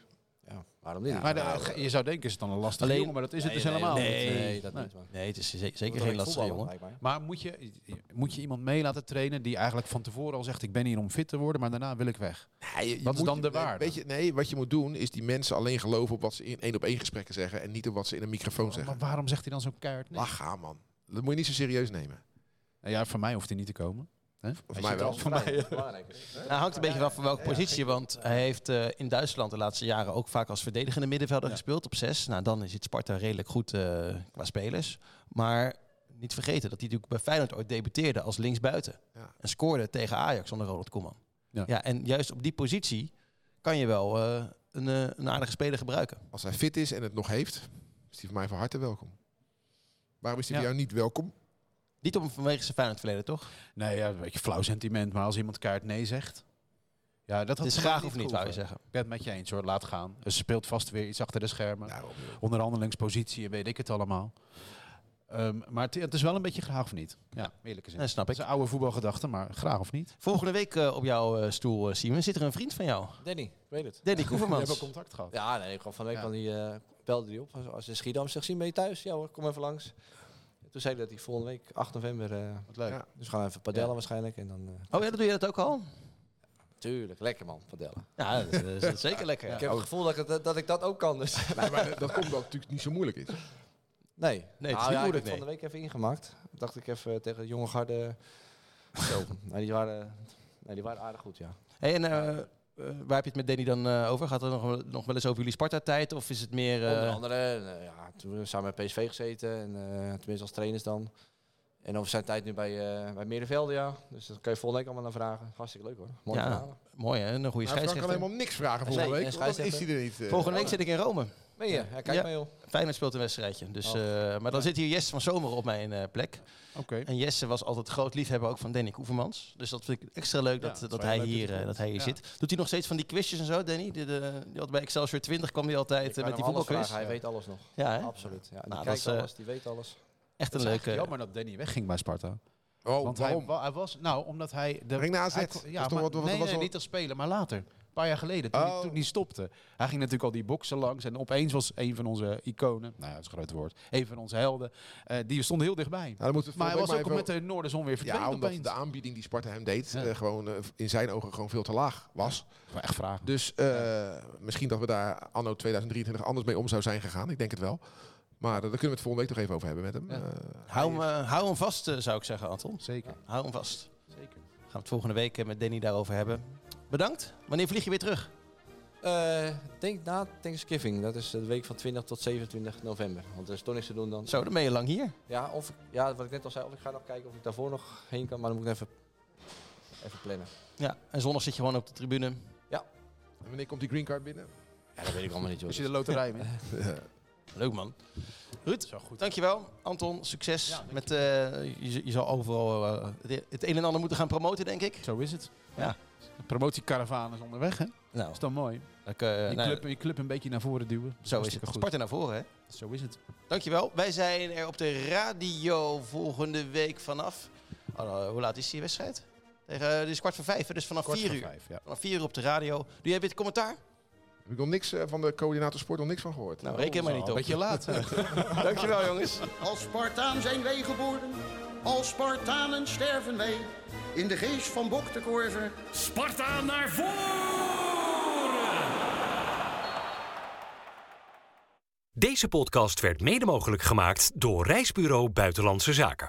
Speaker 4: Ja, waarom niet?
Speaker 5: Maar de- je zou denken, is het dan een lastige
Speaker 3: Alleen-
Speaker 5: jongen? Maar dat is het
Speaker 3: Nee,
Speaker 5: dus
Speaker 3: nee,
Speaker 5: helemaal
Speaker 3: nee.
Speaker 5: niet.
Speaker 4: Nee, dat niet. maar-
Speaker 3: nee, het is ze-
Speaker 4: Moet
Speaker 3: zeker
Speaker 4: wel
Speaker 3: geen
Speaker 4: leuk
Speaker 3: lastige
Speaker 4: voetballen,
Speaker 3: jongen.
Speaker 4: blijkbaar.
Speaker 5: Maar moet je, moet je iemand mee laten trainen die eigenlijk van tevoren al zegt... ik ben hier om fit te worden, maar daarna wil ik weg.
Speaker 6: Nee, je- je
Speaker 5: Wat is
Speaker 6: moet-
Speaker 5: dan de
Speaker 6: nee,
Speaker 5: waarde?
Speaker 6: Weet je, nee, wat je moet doen is die mensen alleen geloven op wat ze in één op één gesprekken zeggen en niet op wat ze in een microfoon zeggen.
Speaker 5: Oh, Maar waarom zegt hij dan zo keihard nee?
Speaker 6: Lach aan, man. Dat moet je niet zo serieus nemen.
Speaker 5: Nou Ja, voor mij hoeft hij niet te komen.
Speaker 6: Voor mij wel.
Speaker 4: Voor mij. Belangrijk.
Speaker 3: Nou, hangt een beetje vanaf van welke positie. Want hij heeft eh, in Duitsland de laatste jaren ook vaak als verdedigende middenvelder gespeeld op zes. Nou, dan is het Sparta redelijk goed eh, qua spelers. Maar niet vergeten dat hij natuurlijk bij Feyenoord ooit debuteerde als linksbuiten.
Speaker 6: Ja.
Speaker 3: En scoorde tegen Ajax onder Ronald Koeman. Ja.
Speaker 5: Ja.
Speaker 3: en juist op die positie kan je wel eh, een, eh, een aardige speler gebruiken.
Speaker 6: Als hij fit is en het nog heeft, is hij voor mij van harte welkom. Waarom is hij
Speaker 5: Ja.
Speaker 6: bij jou niet welkom?
Speaker 3: Niet om vanwege zijn Feyenoord verleden, toch?
Speaker 5: Nee, ja, een beetje flauw sentiment. Maar als iemand keihard nee zegt... Ja, dat
Speaker 3: Het
Speaker 5: had
Speaker 3: is
Speaker 5: voor mij
Speaker 3: graag of niet, wou je
Speaker 5: gehoeven.
Speaker 3: zeggen.
Speaker 5: Ik ben het met je eens hoor, laat gaan. Ze speelt vast weer iets achter de schermen.
Speaker 6: Daarom, joh.
Speaker 5: Onderhandelingspositie en weet ik het allemaal. Ehm, maar het, het is wel een beetje graag of niet. Ja, eerlijk gezegd.
Speaker 3: Nee, snap
Speaker 5: Dat
Speaker 3: ik.
Speaker 5: is een oude voetbalgedachte, maar graag of niet.
Speaker 3: Volgende week eh, op jouw eh, stoel, eh, Simon, zit er een vriend van jou.
Speaker 4: Danny, ik weet het.
Speaker 3: Danny
Speaker 5: We hebben
Speaker 3: Koevermans.
Speaker 5: contact gehad.
Speaker 4: Ja, nee, ik kwam van de week
Speaker 5: Ja.
Speaker 4: van die eh, belde die op. Als- Als in Schiedam zegt, zien ben je thuis? Ja hoor, kom even langs. Toen zei hij dat hij volgende week, 8 november, eh,
Speaker 5: Wat leuk.
Speaker 6: Ja.
Speaker 4: dus we gaan even padellen
Speaker 5: Ja.
Speaker 4: waarschijnlijk. En dan, eh,
Speaker 3: Oh ja, dan doe je dat ook al?
Speaker 4: tuurlijk, lekker man, padellen.
Speaker 3: Ja, dat is, dat is zeker lekker.
Speaker 4: Ik heb het gevoel dat ik dat, dat ik dat ook kan. Dus.
Speaker 6: Nee, maar eh, dat komt omdat het natuurlijk niet zo moeilijk is.
Speaker 4: Nee, nee
Speaker 3: niet moeilijk,
Speaker 4: Nou ik heb
Speaker 3: nee.
Speaker 4: het van de week even ingemaakt. Dacht ik even tegen de jonge garde. Zo, nou, die, waren, nee, die waren aardig goed, ja.
Speaker 3: Hey, en eh, eh, waar heb je het met Danny dan eh, over? Gaat het nog, wel- nog wel eens over jullie Sparta-tijd? Of is het meer... eh,
Speaker 4: Onder andere, eh, ja, toen we samen met PSV gezeten, en, eh, tenminste als trainers dan. En over zijn tijd nu bij, eh bij Merenvelde, ja. Dus dat kan je volgende week allemaal naar vragen. Hartstikke leuk hoor. Mooi
Speaker 3: Ja.
Speaker 4: verhalen.
Speaker 3: Mooi hè, een goede
Speaker 6: Maar Frank kan
Speaker 3: scheidsrechter.
Speaker 6: helemaal niks vragen volgende
Speaker 4: Nee,
Speaker 6: week.
Speaker 4: en
Speaker 6: want Dan is
Speaker 4: scheidsrechter.
Speaker 6: hij er niet. eh.
Speaker 3: Volgende week zit ik in Rome.
Speaker 4: Meen je? Ja, kijk
Speaker 3: Ja.
Speaker 4: maar joh.
Speaker 3: Feyenoord speelt een wedstrijdje. Dus,
Speaker 4: Oh.
Speaker 3: eh, maar dan zit hier Jesse van Zomer op mijn eh, plek.
Speaker 5: Oké.
Speaker 3: En Jesse was altijd groot liefhebber ook van Danny Koevermans. Dus dat vind ik extra leuk
Speaker 5: Ja,
Speaker 3: dat,
Speaker 5: dat
Speaker 3: dat,
Speaker 5: is wel
Speaker 3: hij
Speaker 5: leuk dat
Speaker 3: hier,
Speaker 5: je
Speaker 3: eh,
Speaker 5: komt.
Speaker 3: dat hij hier
Speaker 5: Ja.
Speaker 3: zit. Doet hij nog steeds van die quizjes en zo, Danny? Die, de- die had bij Excelsior 20 kwam hij altijd eh, met
Speaker 4: Ik
Speaker 3: die
Speaker 4: kan hem alles
Speaker 3: voetbalquiz.
Speaker 4: vragen, Hij weet alles nog.
Speaker 3: Ja, hè?
Speaker 4: Absoluut. Ja, die
Speaker 3: dat
Speaker 4: kijkt
Speaker 3: is, eh,
Speaker 4: alles, die weet alles.
Speaker 3: echt een
Speaker 5: Het is eigenlijk
Speaker 3: leuke...
Speaker 5: jammer dat Danny wegging bij Sparta.
Speaker 6: Oh,
Speaker 5: Want hij,
Speaker 6: waarom?
Speaker 5: wa- hij was, nou, omdat hij... De,
Speaker 6: Ging naar AZ.
Speaker 5: hij
Speaker 6: Dat
Speaker 5: kon-
Speaker 6: is
Speaker 5: ja,
Speaker 6: toch
Speaker 5: maar-
Speaker 6: wat- wat-
Speaker 5: nee,
Speaker 6: was
Speaker 5: nee,
Speaker 6: wel-
Speaker 5: niet als speler, maar later. Een paar jaar geleden, toen,
Speaker 6: Oh.
Speaker 5: hij, toen hij stopte. Hij ging natuurlijk al die boksen langs en opeens was een van onze iconen, nou ja, dat is een groot woord, een van onze helden, eh, die stond heel dichtbij.
Speaker 6: Nou, dan moeten we
Speaker 5: maar hij
Speaker 6: volgende
Speaker 5: was
Speaker 6: week
Speaker 5: ook met
Speaker 6: even-
Speaker 5: de Noorderzon weer verdwenen
Speaker 6: Ja, omdat
Speaker 5: opeens.
Speaker 6: de aanbieding die Sparta hem deed,
Speaker 5: Ja.
Speaker 6: eh, gewoon eh, in zijn ogen gewoon veel te laag was.
Speaker 5: Ik wil echt vragen.
Speaker 6: Dus eh, misschien dat we daar anno 2023 anders mee om zou zijn gegaan. Ik denk het wel. Maar eh, daar kunnen we het volgende week nog even over hebben met hem.
Speaker 5: Ja.
Speaker 6: Eh,
Speaker 3: Hou hem, eh, hou hem vast, eh, zou ik zeggen, Anton.
Speaker 5: Zeker,
Speaker 3: Hou hem vast.
Speaker 5: zeker.
Speaker 3: Gaan we het volgende week eh, met Danny daarover hebben. Bedankt. Wanneer vlieg je weer terug?
Speaker 4: Eh, denk na Thanksgiving. Dat is de week van 20 tot 27 november. Want er is toch niks te doen dan.
Speaker 3: Zo, dan ben je lang hier.
Speaker 4: Ja, of, ik- ja, wat ik net al zei. Of ik ga nog kijken of ik daarvoor nog heen kan. Maar dan moet ik even, even plannen.
Speaker 3: Ja, en zondag zit je gewoon op de tribune.
Speaker 6: en wanneer komt die green card binnen?
Speaker 4: Ja, dat weet ik allemaal niet joh.
Speaker 5: Als je de loterij wint.
Speaker 3: Leuk man. Ruud,
Speaker 5: Zo goed.
Speaker 3: dankjewel. Anton, succes.
Speaker 5: Ja, dank
Speaker 3: met, eh, je, je zal overal eh, het- het een en ander moeten gaan promoten, denk ik.
Speaker 5: Zo is het.
Speaker 3: Ja.
Speaker 5: De promotiecaravaan is onderweg, hè?
Speaker 3: Nou,
Speaker 5: Is dan mooi.
Speaker 3: ik, eh,
Speaker 5: Je
Speaker 3: nou,
Speaker 5: club, je club een beetje naar voren duwen. Dat
Speaker 3: zo is
Speaker 5: hartstikke
Speaker 3: het.
Speaker 5: Goed.
Speaker 3: Sparta naar voren, hè?
Speaker 5: Zo is het.
Speaker 3: Dankjewel. Wij zijn er op de radio volgende week vanaf. Oh, nou, hoe laat is die wedstrijd? Tegen, eh, dit is kwart voor vijf, hè, dus vanaf
Speaker 5: Kwart
Speaker 3: vier
Speaker 5: voor
Speaker 3: uur.
Speaker 5: vijf, ja.
Speaker 3: Vanaf vier uur op de radio. Doe jij dit commentaar?
Speaker 6: Heb ik nog niks eh, van de coördinator sport nog niks van gehoord.
Speaker 3: Nou, reken maar niet op.
Speaker 5: Beetje laat.
Speaker 3: Dankjewel, jongens.
Speaker 8: Als Spartaan zijn wij geboren, als Spartanen sterven wij. In de geest van Bok de Korver
Speaker 2: Sparta naar voren!
Speaker 1: Deze podcast werd mede mogelijk gemaakt door Reisbureau Buitenlandse Zaken.